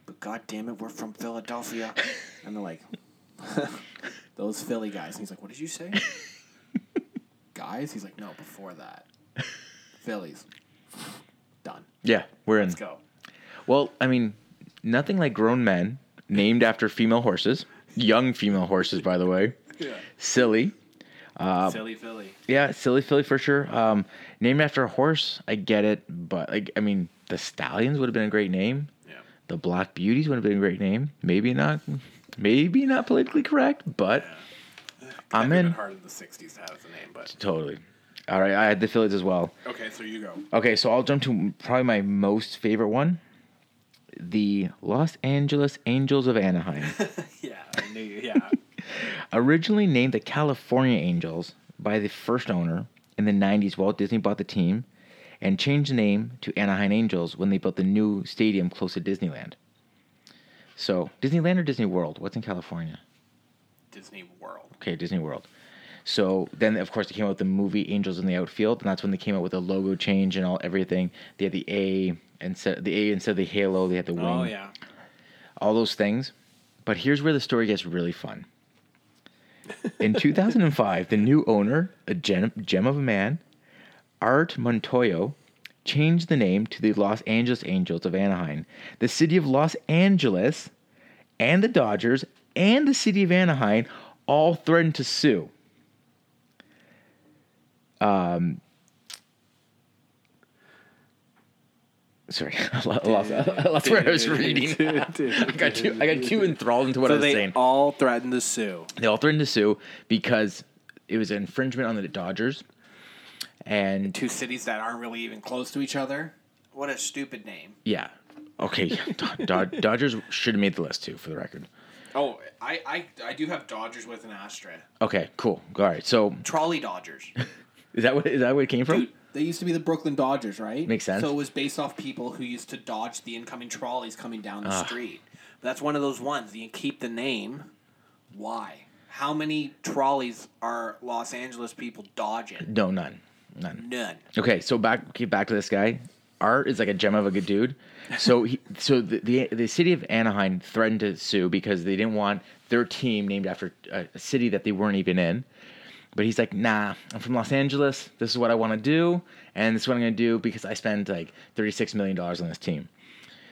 but God damn it, we're from Philadelphia. And they're like, (laughs) those Philly guys. And he's like, what did you say? guys? He's like, no, before that. Phillies. Done. Yeah, we're in. Let's go. Well, I mean, nothing like grown men named after female horses, young female horses, by the way. Yeah. Silly, Philly, Philly. yeah, silly Philly for sure. Um, named after a horse, I get it, but like, I mean, the Stallions would have been a great name. Yeah. The Black Beauties would have been a great name. Maybe not, maybe not politically correct, but I'm in. Hard in the '60s to have the name, but Totally. All right, I had the Phillies as well. okay. So you go. Okay, so I'll jump to probably my most favorite one the Los Angeles Angels of Anaheim. (laughs) Yeah, I knew you. Yeah. Originally named the California Angels by the first owner in the 90s, Walt Disney bought the team and changed the name to Anaheim Angels when they built the new stadium close to Disneyland. So, Disneyland or Disney World? What's in California? Disney World. Okay, Disney World. So then, of course, they came out with the movie Angels in the Outfield, and that's when they came out with the logo change and all everything. They had the A instead the A instead of the halo. They had the wing. Oh yeah. All those things. But here's where the story gets really fun. In 2005, the new owner, a gem, gem of a man, Art Montoyo, changed the name to the Los Angeles Angels of Anaheim. The city of Los Angeles and the Dodgers and the city of Anaheim all threatened to sue. Um, Sorry, (laughs) I lo- I lost, I lost where I was (laughs) reading. I got too, I got too enthralled into what I So was they saying. all threatened to sue. They all threatened to sue because it was an infringement on the Dodgers. And Two cities that aren't really even close to each other. What a stupid name. yeah, okay, Do- (laughs) Dod- Dodgers should have made the list too, for the record. Oh, I, I, I do have Dodgers with an asterisk. Okay, cool. All right, so Trolley Dodgers. is that what is that where it came from? Dude, (laughs) they used to be the Brooklyn Dodgers, right? Makes sense. So it was based off people who used to dodge the incoming trolleys coming down the Ah. street. That's one of those ones. You keep the name. Why? How many trolleys are Los Angeles people dodging? No, none, none. None. Okay, so back get back to this guy. Art is like a gem of a good dude. So he, so the, the the city of Anaheim threatened to sue because they didn't want their team named after a, a city that they weren't even in. But he's like, nah, I'm from Los Angeles. This is what I want to do, and this is what I'm going to do because I spent like 36 million dollars on this team.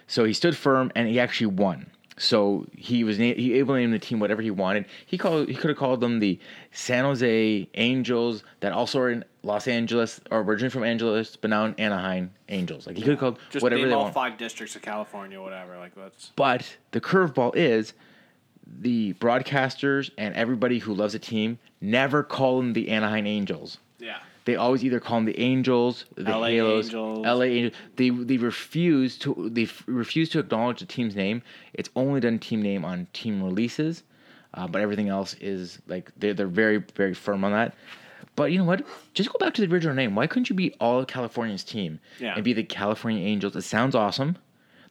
So he stood firm and he actually won. So he was na- he able to name the team whatever he wanted. He called he could have called them the San Jose Angels that also are in Los Angeles or originally from Angeles but now in Anaheim Angels. Like he could have called Just whatever name they all want. five districts of California, whatever. Like that's But the curveball is the broadcasters and everybody who loves a team never call them the Anaheim Angels. yeah. They always either call them the Angels, the LA Halos, Angels. LA Angels. They they refuse to they f- refuse to acknowledge the team's name. It's only done team name on team releases, uh, but everything else is like they're they're very very firm on that. But you know what? Just go back to the original name. Why couldn't you be all of California's team Yeah. and be the California Angels? It sounds awesome.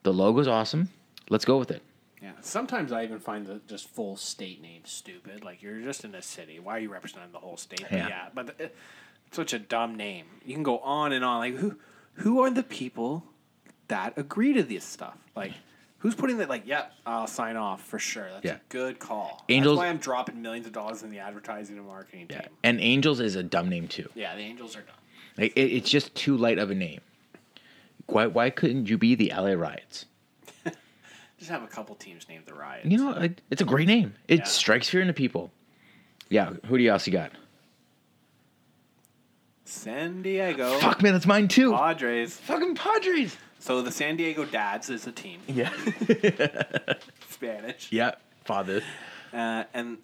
The logo's awesome. Let's go with it. Yeah. Sometimes I even find the just full state names stupid. Like you're just in a city. Why are you representing the whole state? But Yeah. yeah. But the, it's such a dumb name. You can go on and on. Like who who are the people that agree to this stuff? Like who's putting that? Like yep, I'll sign off for sure. That's Yeah. a good call. Angels- That's why I'm dropping millions of dollars in the advertising and marketing team. And Angels is a dumb name too. Yeah. The Angels are dumb. Like it, it's just too light of a name. Why why couldn't you be the LA Riots? Just have a couple teams named the Riots. You know, I- it's a great name. It Yeah. strikes fear into people. Yeah, who do you else you got? San Diego Fuck man, that's mine too. Padres. Fucking Padres. So the San Diego Dads is a team. Yeah. (laughs) Spanish. yeah. Father. uh, and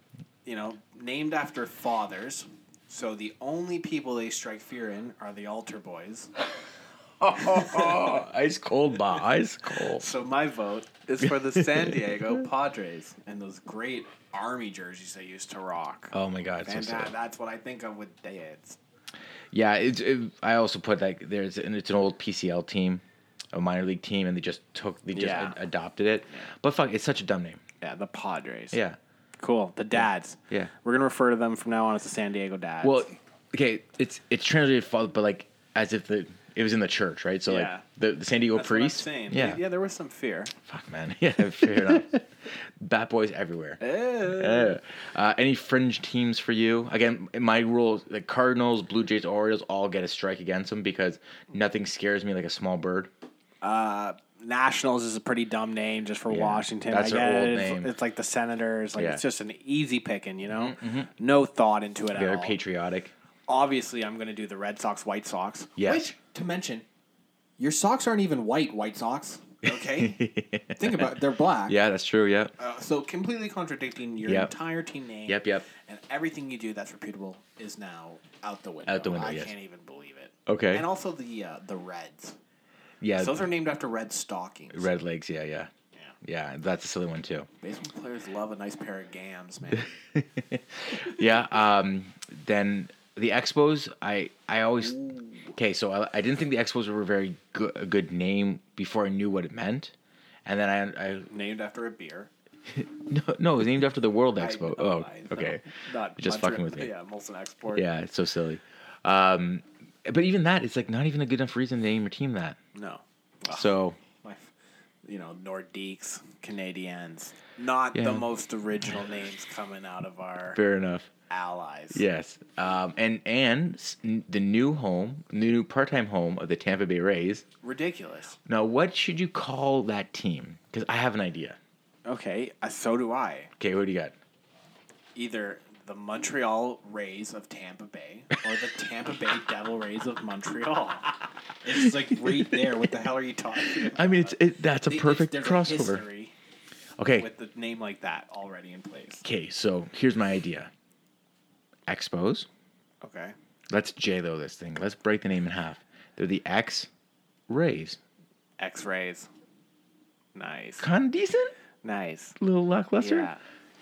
you know named after fathers so the only people they strike fear in are the altar boys Oh, ice cold, ba. Ice cold. so my vote is for the (laughs) san diego padres and those great army jerseys they used to rock Oh my god, so and sad. that, that's what i think of with dads Yeah, it's. It, I also put like there's and it's an old PCL team, a minor league team, and they just took they just Yeah. ad- adopted it. But fuck, it's such a dumb name. yeah the padres Yeah. cool the dads Yeah. we're gonna refer to them from now on as the san diego dads Well, okay, it's it's translated father, but like as if the it was in the church, right? So Yeah. like the, the San Diego That's what I'm priest. saying. Yeah. yeah, there was some fear. Fuck man. (laughs) Yeah, fair enough. Bat boys everywhere. Uh, uh, any fringe teams for you? Again, my rule: the Cardinals, Blue Jays, Orioles all get a strike against them because nothing scares me like a small bird. Nationals is a pretty dumb name just for Yeah, Washington. that's I their get old it. It's- name. It's, like the Senators. Like Yeah. Mm-hmm, it's just an easy picking, you know. No thought into it Very at all. (laughs) patriotic. (laughs) Obviously, I'm going to do the Red Sox, White Sox. Yes. Which to mention, your socks aren't even white, White Sox. (laughs) Okay, think about it. they're black. Yeah, that's true. Yeah. Uh, so completely contradicting your Yep. entire team name. Yep, yep. And everything you do that's reputable is now out the window. Out the window, I yes. can't even believe it. Okay. And also the uh, the Reds. Yeah. Those are named after red stockings. Red legs. Yeah, yeah, Yeah. yeah. That's a silly one too. Baseball players love a nice pair of (laughs) gams, man. yeah. Um, then the Expos, I I always okay. So I, I didn't think the Expos were a very good a good name before I knew what it meant, and then I, I Named after a beer. no (laughs) no it was named after the World Expo. I- oh, I know. okay. Not Just Montreal- fucking with me. Yeah, Molson Export. Yeah, it's so silly. Um, but even that, it's like not even a good enough reason to name your team that. No. So My, you know, Nordiques, Canadians. Not Yeah. the most original names coming out of our Fair enough. allies. Yes. Um, and and s- n- the new home, the new part-time home of the Tampa Bay Rays. Ridiculous. Now, what should you call that team? Because I have an idea. Okay, uh, so do I. Okay, what do you got? Either the Montreal Rays of Tampa Bay or (laughs) the Tampa Bay Devil Rays of Montreal. It's just like right there. What the hell are you talking about? I mean, it's it, that's a It's- perfect there's a crossover. history Okay. With the name like that already in place. Okay. So here's my idea. Expos. Okay. Let's J Lo this thing. Let's break the name in half. They're the X Rays. X rays. Nice. Kind of decent. Nice. little lackluster. Yeah.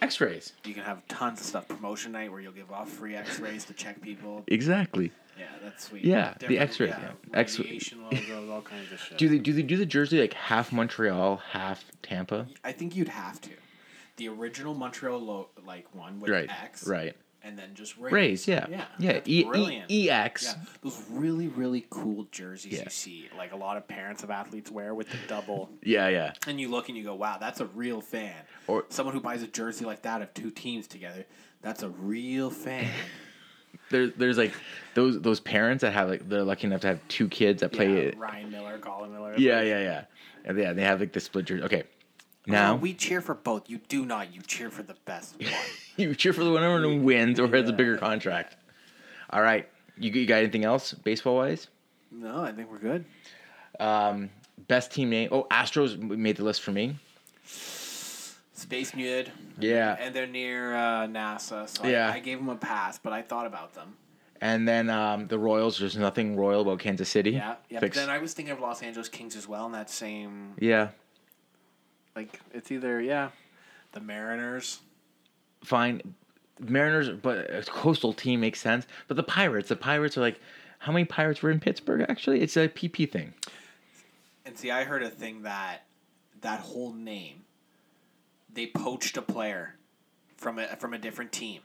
X Rays. You can have tons of stuff. Promotion night where you'll give off free X rays to check people. Exactly. Yeah, that's sweet. Yeah, the X-rays, yeah. X- radiation (laughs) logos, all kinds of shit. Do they do they do the jersey like half Montreal, half Tampa? I think you'd have to. The original Montreal lo- like one with Right. X, right. and then just rays. Rays, yeah. yeah, Yeah, that's E- E- brilliant. EX. Yeah, those really really cool jerseys Yeah. you see, like a lot of parents of athletes wear with the double. Yeah, yeah. and you look and you go, "Wow, that's a real fan." Or- someone who buys a jersey like that of two teams together, that's a (laughs) real fan. There's there's like those those parents that have like they're lucky enough to have two kids that play yeah, it. Ryan Miller, Colin Miller. Yeah, yeah, yeah. And yeah, they have like the split jersey. Okay. No, Now we cheer for both. You do not. You cheer for the best one. (laughs) you cheer for the winner who wins or has a bigger contract. All right. You, you got anything else baseball wise? no, I think we're good. Best team name. Oh, Astros made the list for me. Space Nude, Yeah. and they're near uh, NASA, so Yeah. I, I gave them a pass. But I thought about them. And then um, the Royals, there's nothing royal about Kansas City. Yeah, yeah. Fix- But then I was thinking of Los Angeles Kings as well, and that same yeah. like it's either yeah, the Mariners. Fine. Mariners, but a coastal team makes sense. But the Pirates, the Pirates are like, how many Pirates were in Pittsburgh, actually? It's a PP thing. And see, I heard a thing that that whole name, they poached a player from a from a different team.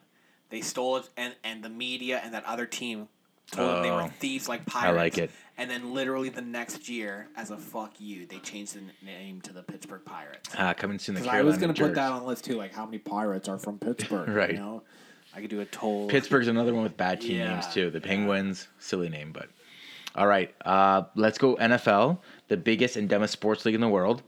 They stole it, and and the media and that other team told them they were Oh. thieves like I pirates. like it. And then literally the next year, as a fuck you, they changed the n- name to the Pittsburgh Pirates. Ah, coming soon, the Because I was Carolina gonna put that Jerks. on the list too, like how many pirates are from (laughs) Pittsburgh. Right. You know, I could do a toll. Pittsburgh's another one with bad team Yeah, names, too. The Penguins, silly name, but. All right. Uh, let's go NFL, the biggest and dumbest sports league in the world.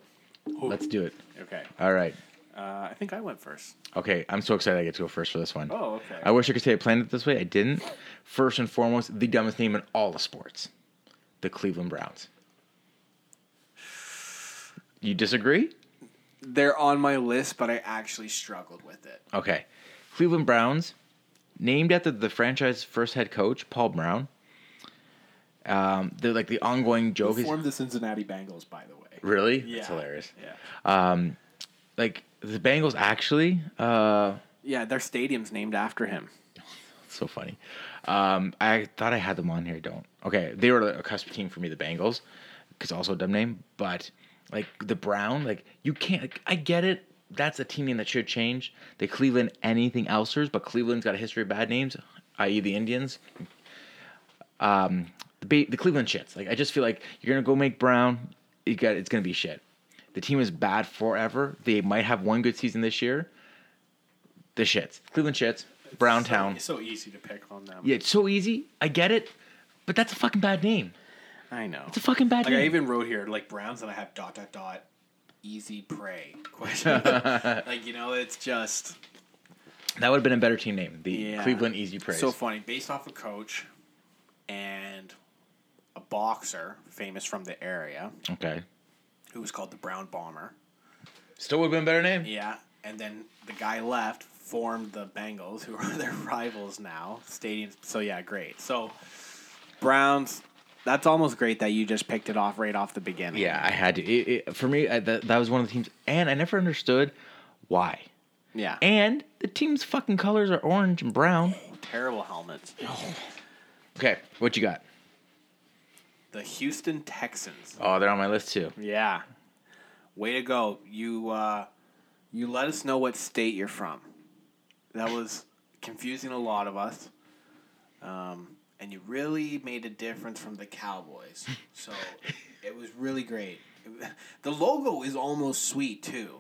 Let's do it. Okay. All right. Uh, I think I went first. Okay, I'm so excited I get to go first for this one. Oh, okay. I wish I could say I planned it this way. I didn't. First and foremost, the dumbest name in all of sports, the Cleveland Browns. You disagree? They're on my list, but I actually struggled with it. Okay. Cleveland Browns, named after the franchise's first head coach, Paul Brown. Um, they're like the ongoing joke Who is formed the Cincinnati Bengals, by the way. really That's hilarious. Yeah. Like the Bengals actually, uh, Yeah, their stadium's named after him. So funny. Um, I thought I had them on here. I Don't. Okay, they were a cusp team for me, the Bengals, because also a dumb name. But like the Brown, like you can't. Like, I get it. That's a team name that should change. The Cleveland anything elsers, but Cleveland's got a history of bad names, i.e. the Indians. Um, the, ba- the Cleveland shits. Like I just feel like you're gonna go make Brown. You got it's gonna be shit. The team is bad forever. They might have one good season this year. The shits. Cleveland shits. Brown town. It's so easy to pick on them. Yeah, it's so easy. I get it, but that's a fucking bad name. I know. It's a fucking bad like name. I even wrote here like Browns and I have dot dot dot (laughs) easy prey question. like you know, it's just that would have been a better team name. The Yeah. Cleveland Easy Prey. so funny. Based off a coach and a boxer famous from the area okay. who was called the Brown Bomber. Still would have been a better name. Yeah, and then the guy left formed the Bengals, who are (laughs) their rivals now. Stadiums. So yeah, great. So Browns. That's almost great that you just picked it off right off the beginning. Yeah, I had to. It, it, for me, I, that, that was one of the teams, and I never understood why. Yeah. And the team's fucking colors are orange and brown. terrible helmets. Okay, what you got? The Houston Texans. Oh, they're on my list too. Yeah. Way to go. You uh, you let us know what state you're from. That was confusing a lot of us. Um, (laughs) and you really made a difference from the Cowboys. So it was really great. The logo is almost sweet too.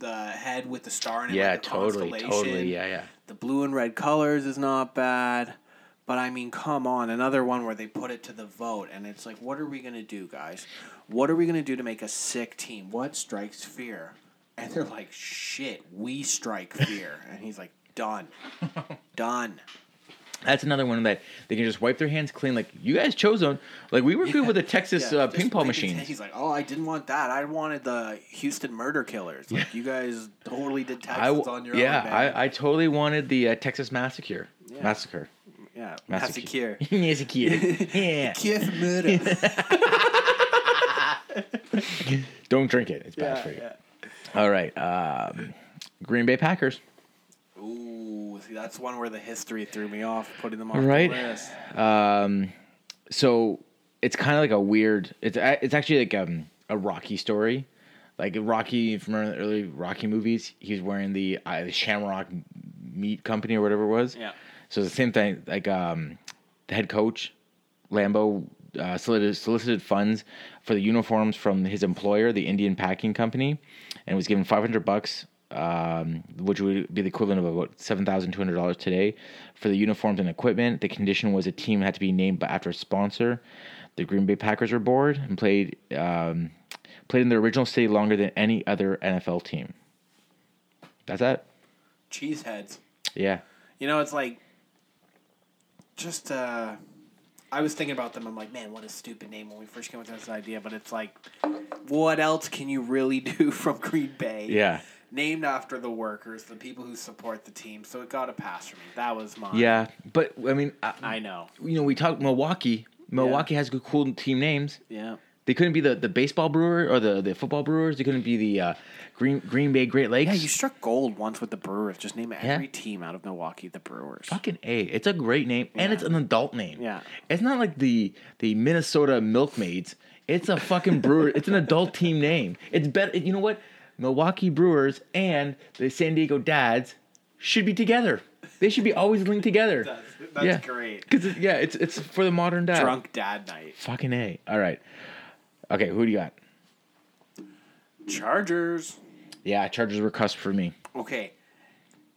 The head with the star in it, Yeah, like the totally, constellation. totally. Yeah, yeah. The blue and red colors is not bad, but I mean, come on, another one where they put it to the vote, and it's like, what are we gonna do, guys? What are we gonna do to make a sick team? What strikes fear? And they're like, shit, we strike fear, and he's like, done, done. That's another one that they can just wipe their hands clean. Like you guys chose them. Like we were good with the Texas Yeah, uh, just ping pong like it's- machines. He's like, oh, I didn't want that. I wanted the Houston murder killers. Like, You guys totally did I Texas on w- your yeah, own. man. I, I totally wanted the uh, Texas massacre. Massacre. yeah, that's a cure. Massacre. (laughs) (laughs) Massacre. (laughs) yeah. Kiff murder. Don't drink it. It's bad for you. All right. Um, Green Bay Packers. Ooh, see, that's one where the history threw me off, putting them off Right. the list. So it's kind of like a weird. It's a- it's actually like um, a Rocky story. Like Rocky from one of the early Rocky movies, he's wearing the uh, the Shamrock Meat Company or whatever it was. Yeah. So it's the same thing. Like um, the head coach, Lambo, uh, solicited, solicited funds for the uniforms from his employer, the Indian Packing Company, and was given 500 bucks, um, which would be the equivalent of about $7,200 today, for the uniforms and equipment. The condition was a team had to be named after a sponsor. The Green Bay Packers were bored and played um, played in their original city longer than any other NFL team. That's that. Cheeseheads. Yeah. You know, it's like just uh I was thinking about them, I'm like, man, what a stupid name when we first came up with this idea, but it's like what else can you really (laughs) do from Green Bay? Yeah. Named after the workers, the people who support the team, so it got a pass for me. That was mine. Yeah. But I mean, I, I know. you know, we talk Milwaukee. Milwaukee has good, cool team names. Yeah. They couldn't be the, the baseball brewer or the, the football brewers. They couldn't be the uh, Green Green Bay Great Lakes. Yeah, you struck gold once with the Brewers. Just name every Yeah. team out of Milwaukee the Brewers. Fucking a! It's a great name, and it's an adult name. Yeah. it's not like the the Minnesota Milkmaids. It's a fucking brewer. it's an adult team name. It's better. You know what? Milwaukee Brewers and the San Diego Dads should be together. They should be always linked together. (laughs) That's, that's yeah. great. Because it, yeah, it's it's for the modern (laughs) dad. Drunk dad night. Fucking a! All right. Okay, who do you got? Chargers. Yeah, Chargers were cussed for me. Okay.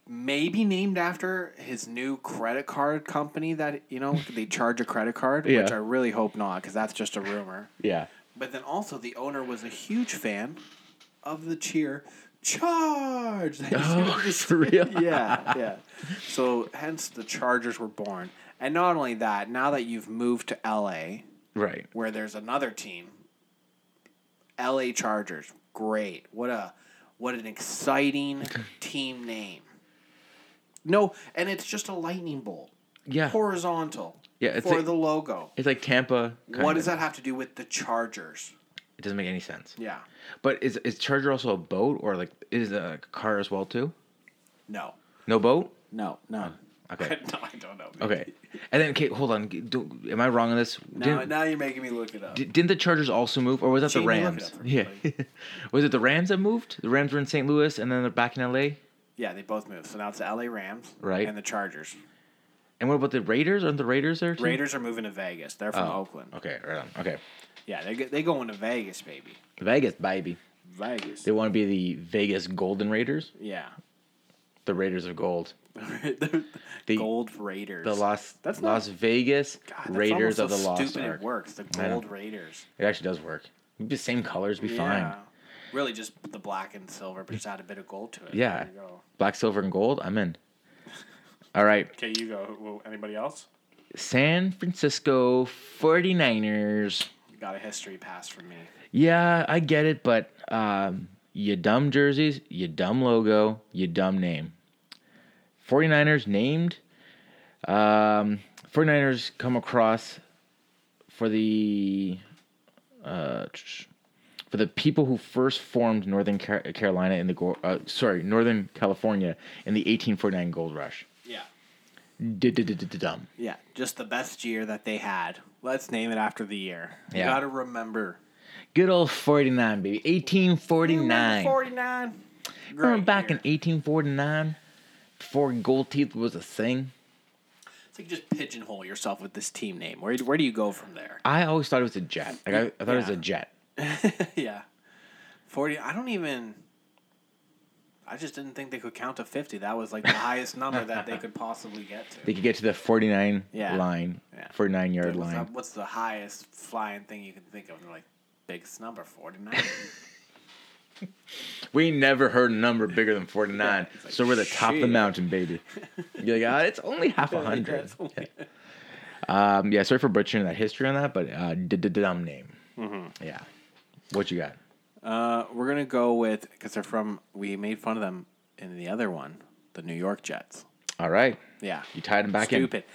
Maybe named after his new credit card company that, you know, they charge a credit card, Yeah. which I really hope not because that's just a rumor. (laughs) Yeah. But then also, the owner was a huge fan of the cheer, Charge! That he would just- Oh, for (laughs) real? (laughs) yeah, yeah. So, hence the Chargers were born. And not only that, now that you've moved to LA, Right. where there's another team. LA Chargers. Great. What a what (laughs) an exciting team name. No, and it's just a lightning bolt. Yeah. Horizontal. Yeah, it's for like- the logo. It's like Tampa. What kind does of. that have to do with the Chargers? It doesn't make any sense. Yeah. But is is Charger also a boat or like is it a car as well too? No. No boat. No. None. Um, Okay. (laughs) no, I don't know. Okay. And then okay, hold on. Do, am I wrong on this? Now, didn't, now you're making me look it up. di- didn't the Chargers also move, or was that the Jamie, look it Rams? up for me, Yeah. (laughs) was it the Rams that moved? The Rams were in St. Louis, and then they're back in L.A. yeah, they both moved. So now it's the LA Rams Right. and the Chargers. And what about the Raiders? Aren't the Raiders there? Too? Raiders are moving to Vegas. They're from Oh, Oakland. Okay, right on. Okay, Yeah, they go- they going to Vegas, baby. Vegas, baby. Vegas. They want to be the Vegas Golden Raiders, yeah. the Raiders of Gold, (laughs) the, The- Gold Raiders. the Las That's not- Las Vegas God, that's Raiders almost of the so Lost Stupid Ark. it works. The know. Gold Raiders. It actually does work. It'd be the same colors, be fine. Really, just the black and silver, but just add a bit of gold to it. Yeah. There you go. Black, silver, and gold. I'm in. All right. Okay, you go. Well, anybody else? San Francisco 49ers. You got a history pass from me. Yeah, I get it, but um, you dumb jerseys, you dumb logo, you dumb name. 49ers named. Um, 49ers come across for the uh, tch- for the people who first formed Northern Car- Carolina in the go- uh, sorry Northern California in the 1849 Gold Rush. Yeah. Dumb. Yeah. Just the best year that they had. Let's name it after the year. You Yeah. got to remember. Good old 49, baby. 1849. 49. Remember Great back in year. 1849, before gold teeth was a thing, It's like just pigeonhole yourself with this team name. Where, where do you go from there? I always thought it was a jet. Like I, I thought it was a Yeah. jet. yeah. 40. I don't even. I just didn't think they could count to 50. That was like the highest number that they could possibly get to. (laughs) They could get to the 49 Yeah. line, Yeah. 49 yard Like, what's, line. the, what's the highest flying thing you can think of? And they're like, biggest number, 49. We never heard a number bigger than 49. Yeah, it's like, so we're the top of the shit. mountain, (laughs) baby. You're like, ah, it's only half a (laughs) Yeah, (laughs) hundred. it's only- Yeah. Um, yeah, sorry for butchering that history on that, but uh, d- d- dumb name. Mm-hmm. Yeah. What you got? uh, we're going to go with, because they're from, we made fun of them in the other one, the New York Jets. All right. Yeah. You tied him back Stupid.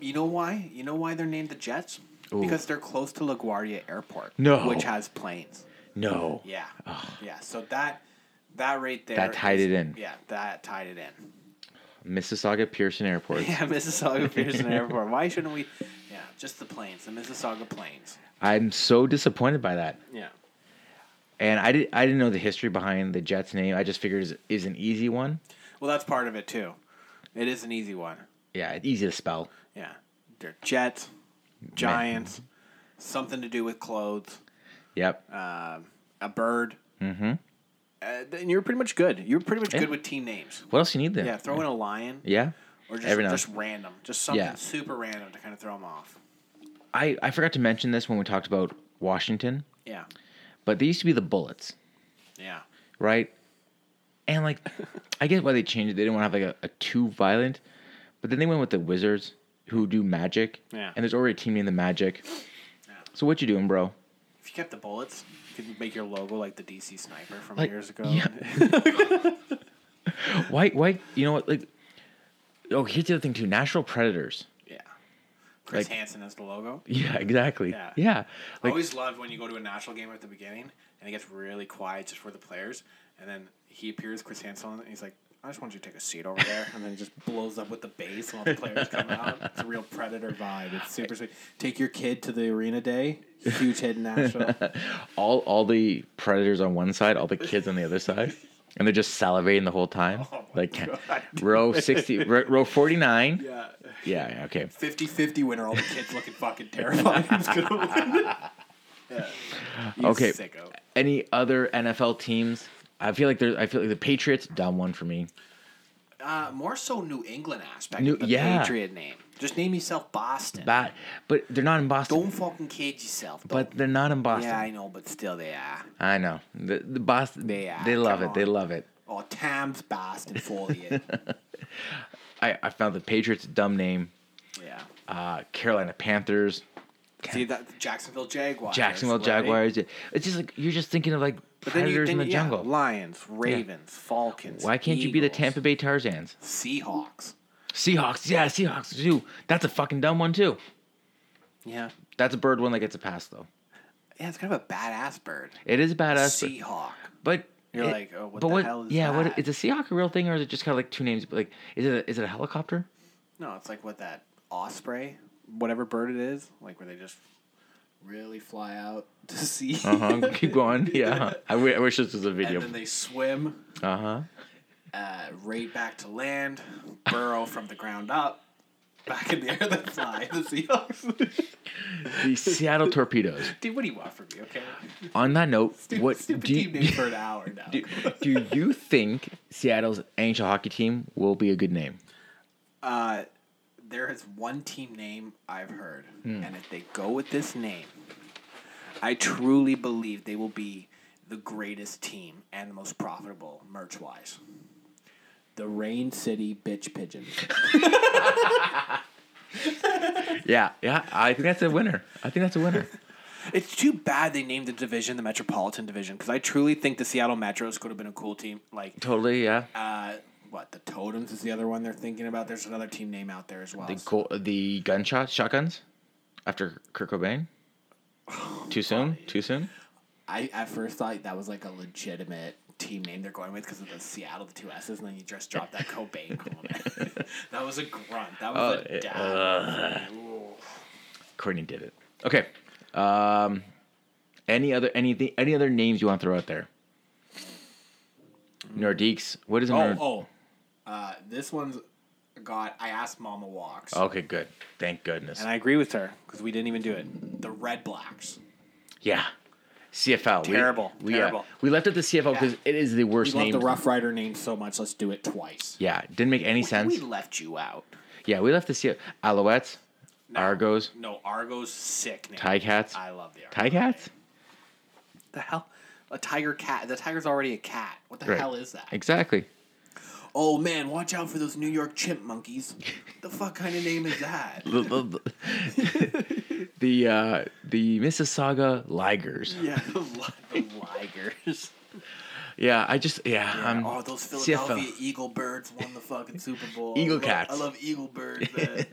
You know why? You know why they're named the Jets? Ooh. Because they're close to LaGuardia Airport, No. which has planes. in. No. Yeah, yeah. So that that right there That tied it in. Yeah, that tied it in. (laughs) Mississauga Pearson Airport. Yeah, Mississauga Pearson Airport. Why shouldn't we? Yeah, just the planes, the Mississauga planes. I'm so disappointed by that. Yeah, And I, did, I didn't know the history behind the Jets name. I just figured it is an easy one. well, that's part of it too. It is an easy one. Yeah, it's easy to spell. Yeah, they're Jets, Giants, something to do with clothes, Yep. um, a bird. Mm-hmm. Uh, and you're pretty much good. You're pretty much Yeah. good with team names. what else you need there? Yeah, throw in a lion Yeah. or just every now- just random, just something Yeah. super random to kind of throw them off. I, I forgot to mention this when we talked about Washington, Yeah, but they used to be the Bullets. yeah. right? And (laughs) like, I get why they changed it. They didn't want to have like a, a too violent, but then they went with the Wizards who do magic. Yeah. And there's already a team named the Magic. So what you doing, bro? If you kept the bullets, you could make your logo like the DC sniper from Like, years ago. yeah. Why? Why? You know what? Like, oh, here's the other thing too. Natural predators. (laughs) (laughs) Yeah. Chris Like- Hansen as the logo. Yeah, exactly. Yeah. I Like, always loved when you go to a national game at the beginning and it gets really quiet just for the players, and then he appears, Chris Hansen, and he's like, I just want you to take a seat over there, and then just blows up with the bass and all the players come out. It's a real predator vibe. It's super sweet. Take your kid to the arena day. Huge (laughs) hit national. all all the predators on one side, all the kids on the other (laughs) side, and they're just salivating the whole time. Oh my like, God. row (laughs) sixty, row, row forty nine. Yeah. Yeah. yeah. Okay. 50 50 winner. All the kids looking fucking terrified. (laughs) Who's gonna win? (laughs) yeah. You Okay. Sicko. any other NFL teams? I feel like there. I feel like the Patriots dumb one for me. Uh, more so New England aspect. New- of the yeah. Patriot name. Just name yourself Boston. That, but they're not in Boston. Don't fucking kid yourself. but they're not in Don't- Boston. yeah, I know, but still they are. I, know the, the Boston. They, They are, love it. come They on. love it. Oh, Tam's Boston (laughs) for you. I, I found the Patriots a dumb name. yeah. Uh, Carolina Panthers, See that Jacksonville Jaguars. Jacksonville right? Jaguars. It's just like you're just thinking of like But then predators you think in the yeah, jungle. Lions, Ravens, Falcons. Why can't you be the Eagles, Tampa Bay Tarzans? Seahawks? Seahawks. Yeah, Seahawks too. That's a fucking dumb one too. Yeah. That's a bird one that gets a pass though. Yeah, it's kind of a badass bird. It is badass. but- Seahawk. But You're like, "Oh, what but the hell is yeah, that?" what is a Seahawk a real thing or is it just kind of like two names? But like, is it a, is it a helicopter? No, it's like what that osprey, whatever bird it is, like where they just really fly out to (laughs) sea. Uh-huh. (laughs) Keep (laughs) going. Yeah, I wi- I wish this was a and video. then they swim Uh huh. uh, right back to land, burrow from the ground up, back in the air, (laughs) then fly. The Seahawks. The Seattle Torpedoes. (laughs) Dude, what do you want from me? Okay. On that note, Dude, what stupid do team name you, for (laughs) an hour now. do, do you think Seattle's NHL hockey team will be a good name? Uh, there is one team name I've heard, and if they go with this name, I truly believe they will be the greatest team and the most profitable merch wise. The Rain City Bitch Pigeons. Yeah, yeah. I think that's a winner. I think that's a winner. it's too bad they named the division the Metropolitan Division because I truly think the Seattle Metros could have been a cool team. Like, (laughs) totally. Yeah. uh, what the Totems is the other one they're thinking about. There's another team name out there as well. The go- the gunshots, shotguns, after Kurt Cobain. Too soon. Too soon. I at first thought that was like a legitimate team name they're going with because of the Seattle, the two S's, and then you just dropped that (laughs) Cobain comment. (laughs) that was a grunt. That Oh, was a it- dab. Ooh. Courtney did it. Okay. Um, any other anything? Any other names you want to throw out there? Nordiques. What is a Oh, Nord? oh. Uh, this one's got. I asked Mama Walks, Okay, good. Thank goodness. and I agree with her because we didn't even do it. The Red Blacks. yeah. CFL. We- Terrible, We, uh, terrible. we left it the CFL because it is the We worst love name. the Rough Rider name so much. Let's do it twice. Yeah, didn't make any sense. We left you out. yeah, we left the CFL. Alouettes, No. Argos, No, Argos sick name. Tie Cats. I love the Argos. Tie Cats. The hell, a tiger cat. The tiger's already a cat. What the Right. hell is that? (laughs) Exactly. Oh man, watch out for those New York chimp (laughs) monkeys. the fuck kind of name is that? The- the- the uh, the Mississauga Ligers. yeah, (laughs) the, li- the ligers. Yeah, I just yeah. um, oh, those CFL. Philadelphia Eagle Birds won the fucking Super Bowl. (laughs) Eagle I love- cats. I love Eagle Birds. (laughs) Man.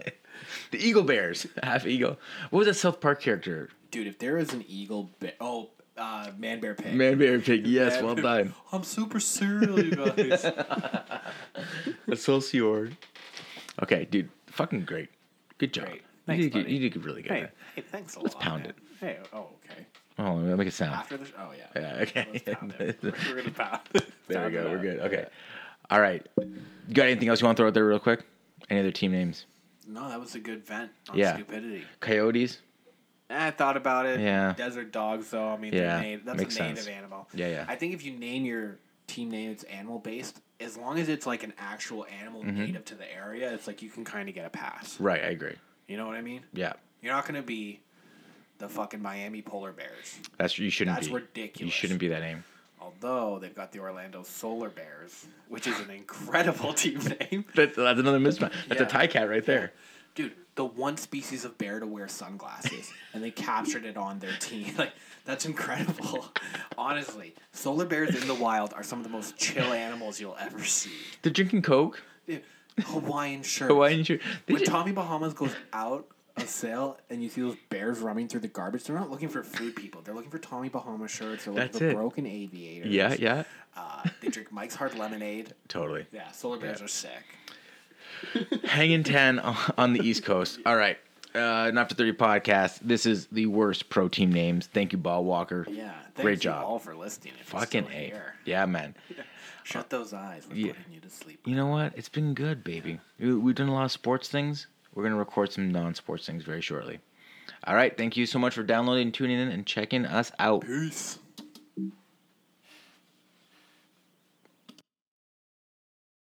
The Eagle Bears. (laughs) Half Eagle. What was that South Park character? Dude, if there is an Eagle, ba- oh, uh, man, bear, pig. Man Bear Pig. Yes, Man, well bear- done. I'm super serial, (laughs) you guys. Excelsior. Okay, dude. Fucking great. Good job. Great. You, Thanks, did, good- buddy. you did really good. hey, hey, thanks a Let's lot. pound man. it. Hey, oh, okay. Oh, let me make a sound. After the, sh- oh yeah. Yeah, okay. Let's pound (laughs) it. (laughs) We're, we're gonna pound. There we go. We're good. Okay. All right. You got anything else you want to throw out there real quick? Any other team names? No, that was a good vent on Yeah. stupidity. Eh, Coyotes. I thought about it. Yeah. Desert dogs, though. I mean, they're Yeah, na- that's makes a native sense. animal. Yeah, yeah. I think if you name your team name, it's animal based. As long as it's like an actual animal native to the area, it's like you can kind of get a pass. Right, I agree. You know what I mean? Yeah. You're not gonna be the fucking Miami polar bears. That's you shouldn't That's be. You ridiculous. shouldn't be that name. Although they've got the Orlando Solar Bears, which is an incredible (laughs) team name. That, that's another mismatch. That's a Yeah. tie cat right there. Dude, the one species of bear to wear sunglasses, and they captured it on their team. (laughs) Like that's incredible. (laughs) Honestly, solar bears in the wild are some of the most chill animals you'll ever see. They're drinking Coke. Dude, Hawaiian shirts. Hawaiian shirt. They When ju- Tommy Bahamas goes out of sale and you see those bears running through the garbage, they're not looking for food people. They're looking for Tommy Bahama shirts. They're looking That's for it. broken aviators. yeah, yeah. Uh, they drink Mike's Hard Lemonade. Totally. Yeah, solar bears Yeah. are sick. Hanging 10 on (laughs) on the East Coast. All right. Uh, not for 30 podcast. This is the worst pro team names. Thank you, Ball Walker. Yeah, thanks Great you job. all for listening. If you're Fucking still A. here. Yeah, man. Shut those eyes. We're yeah. putting you to sleep. You know what? It's been good, baby. We- We've done a lot of sports things. We're going to record some non sports things very shortly. All right. Thank you so much for downloading, tuning in, and checking us out. Peace.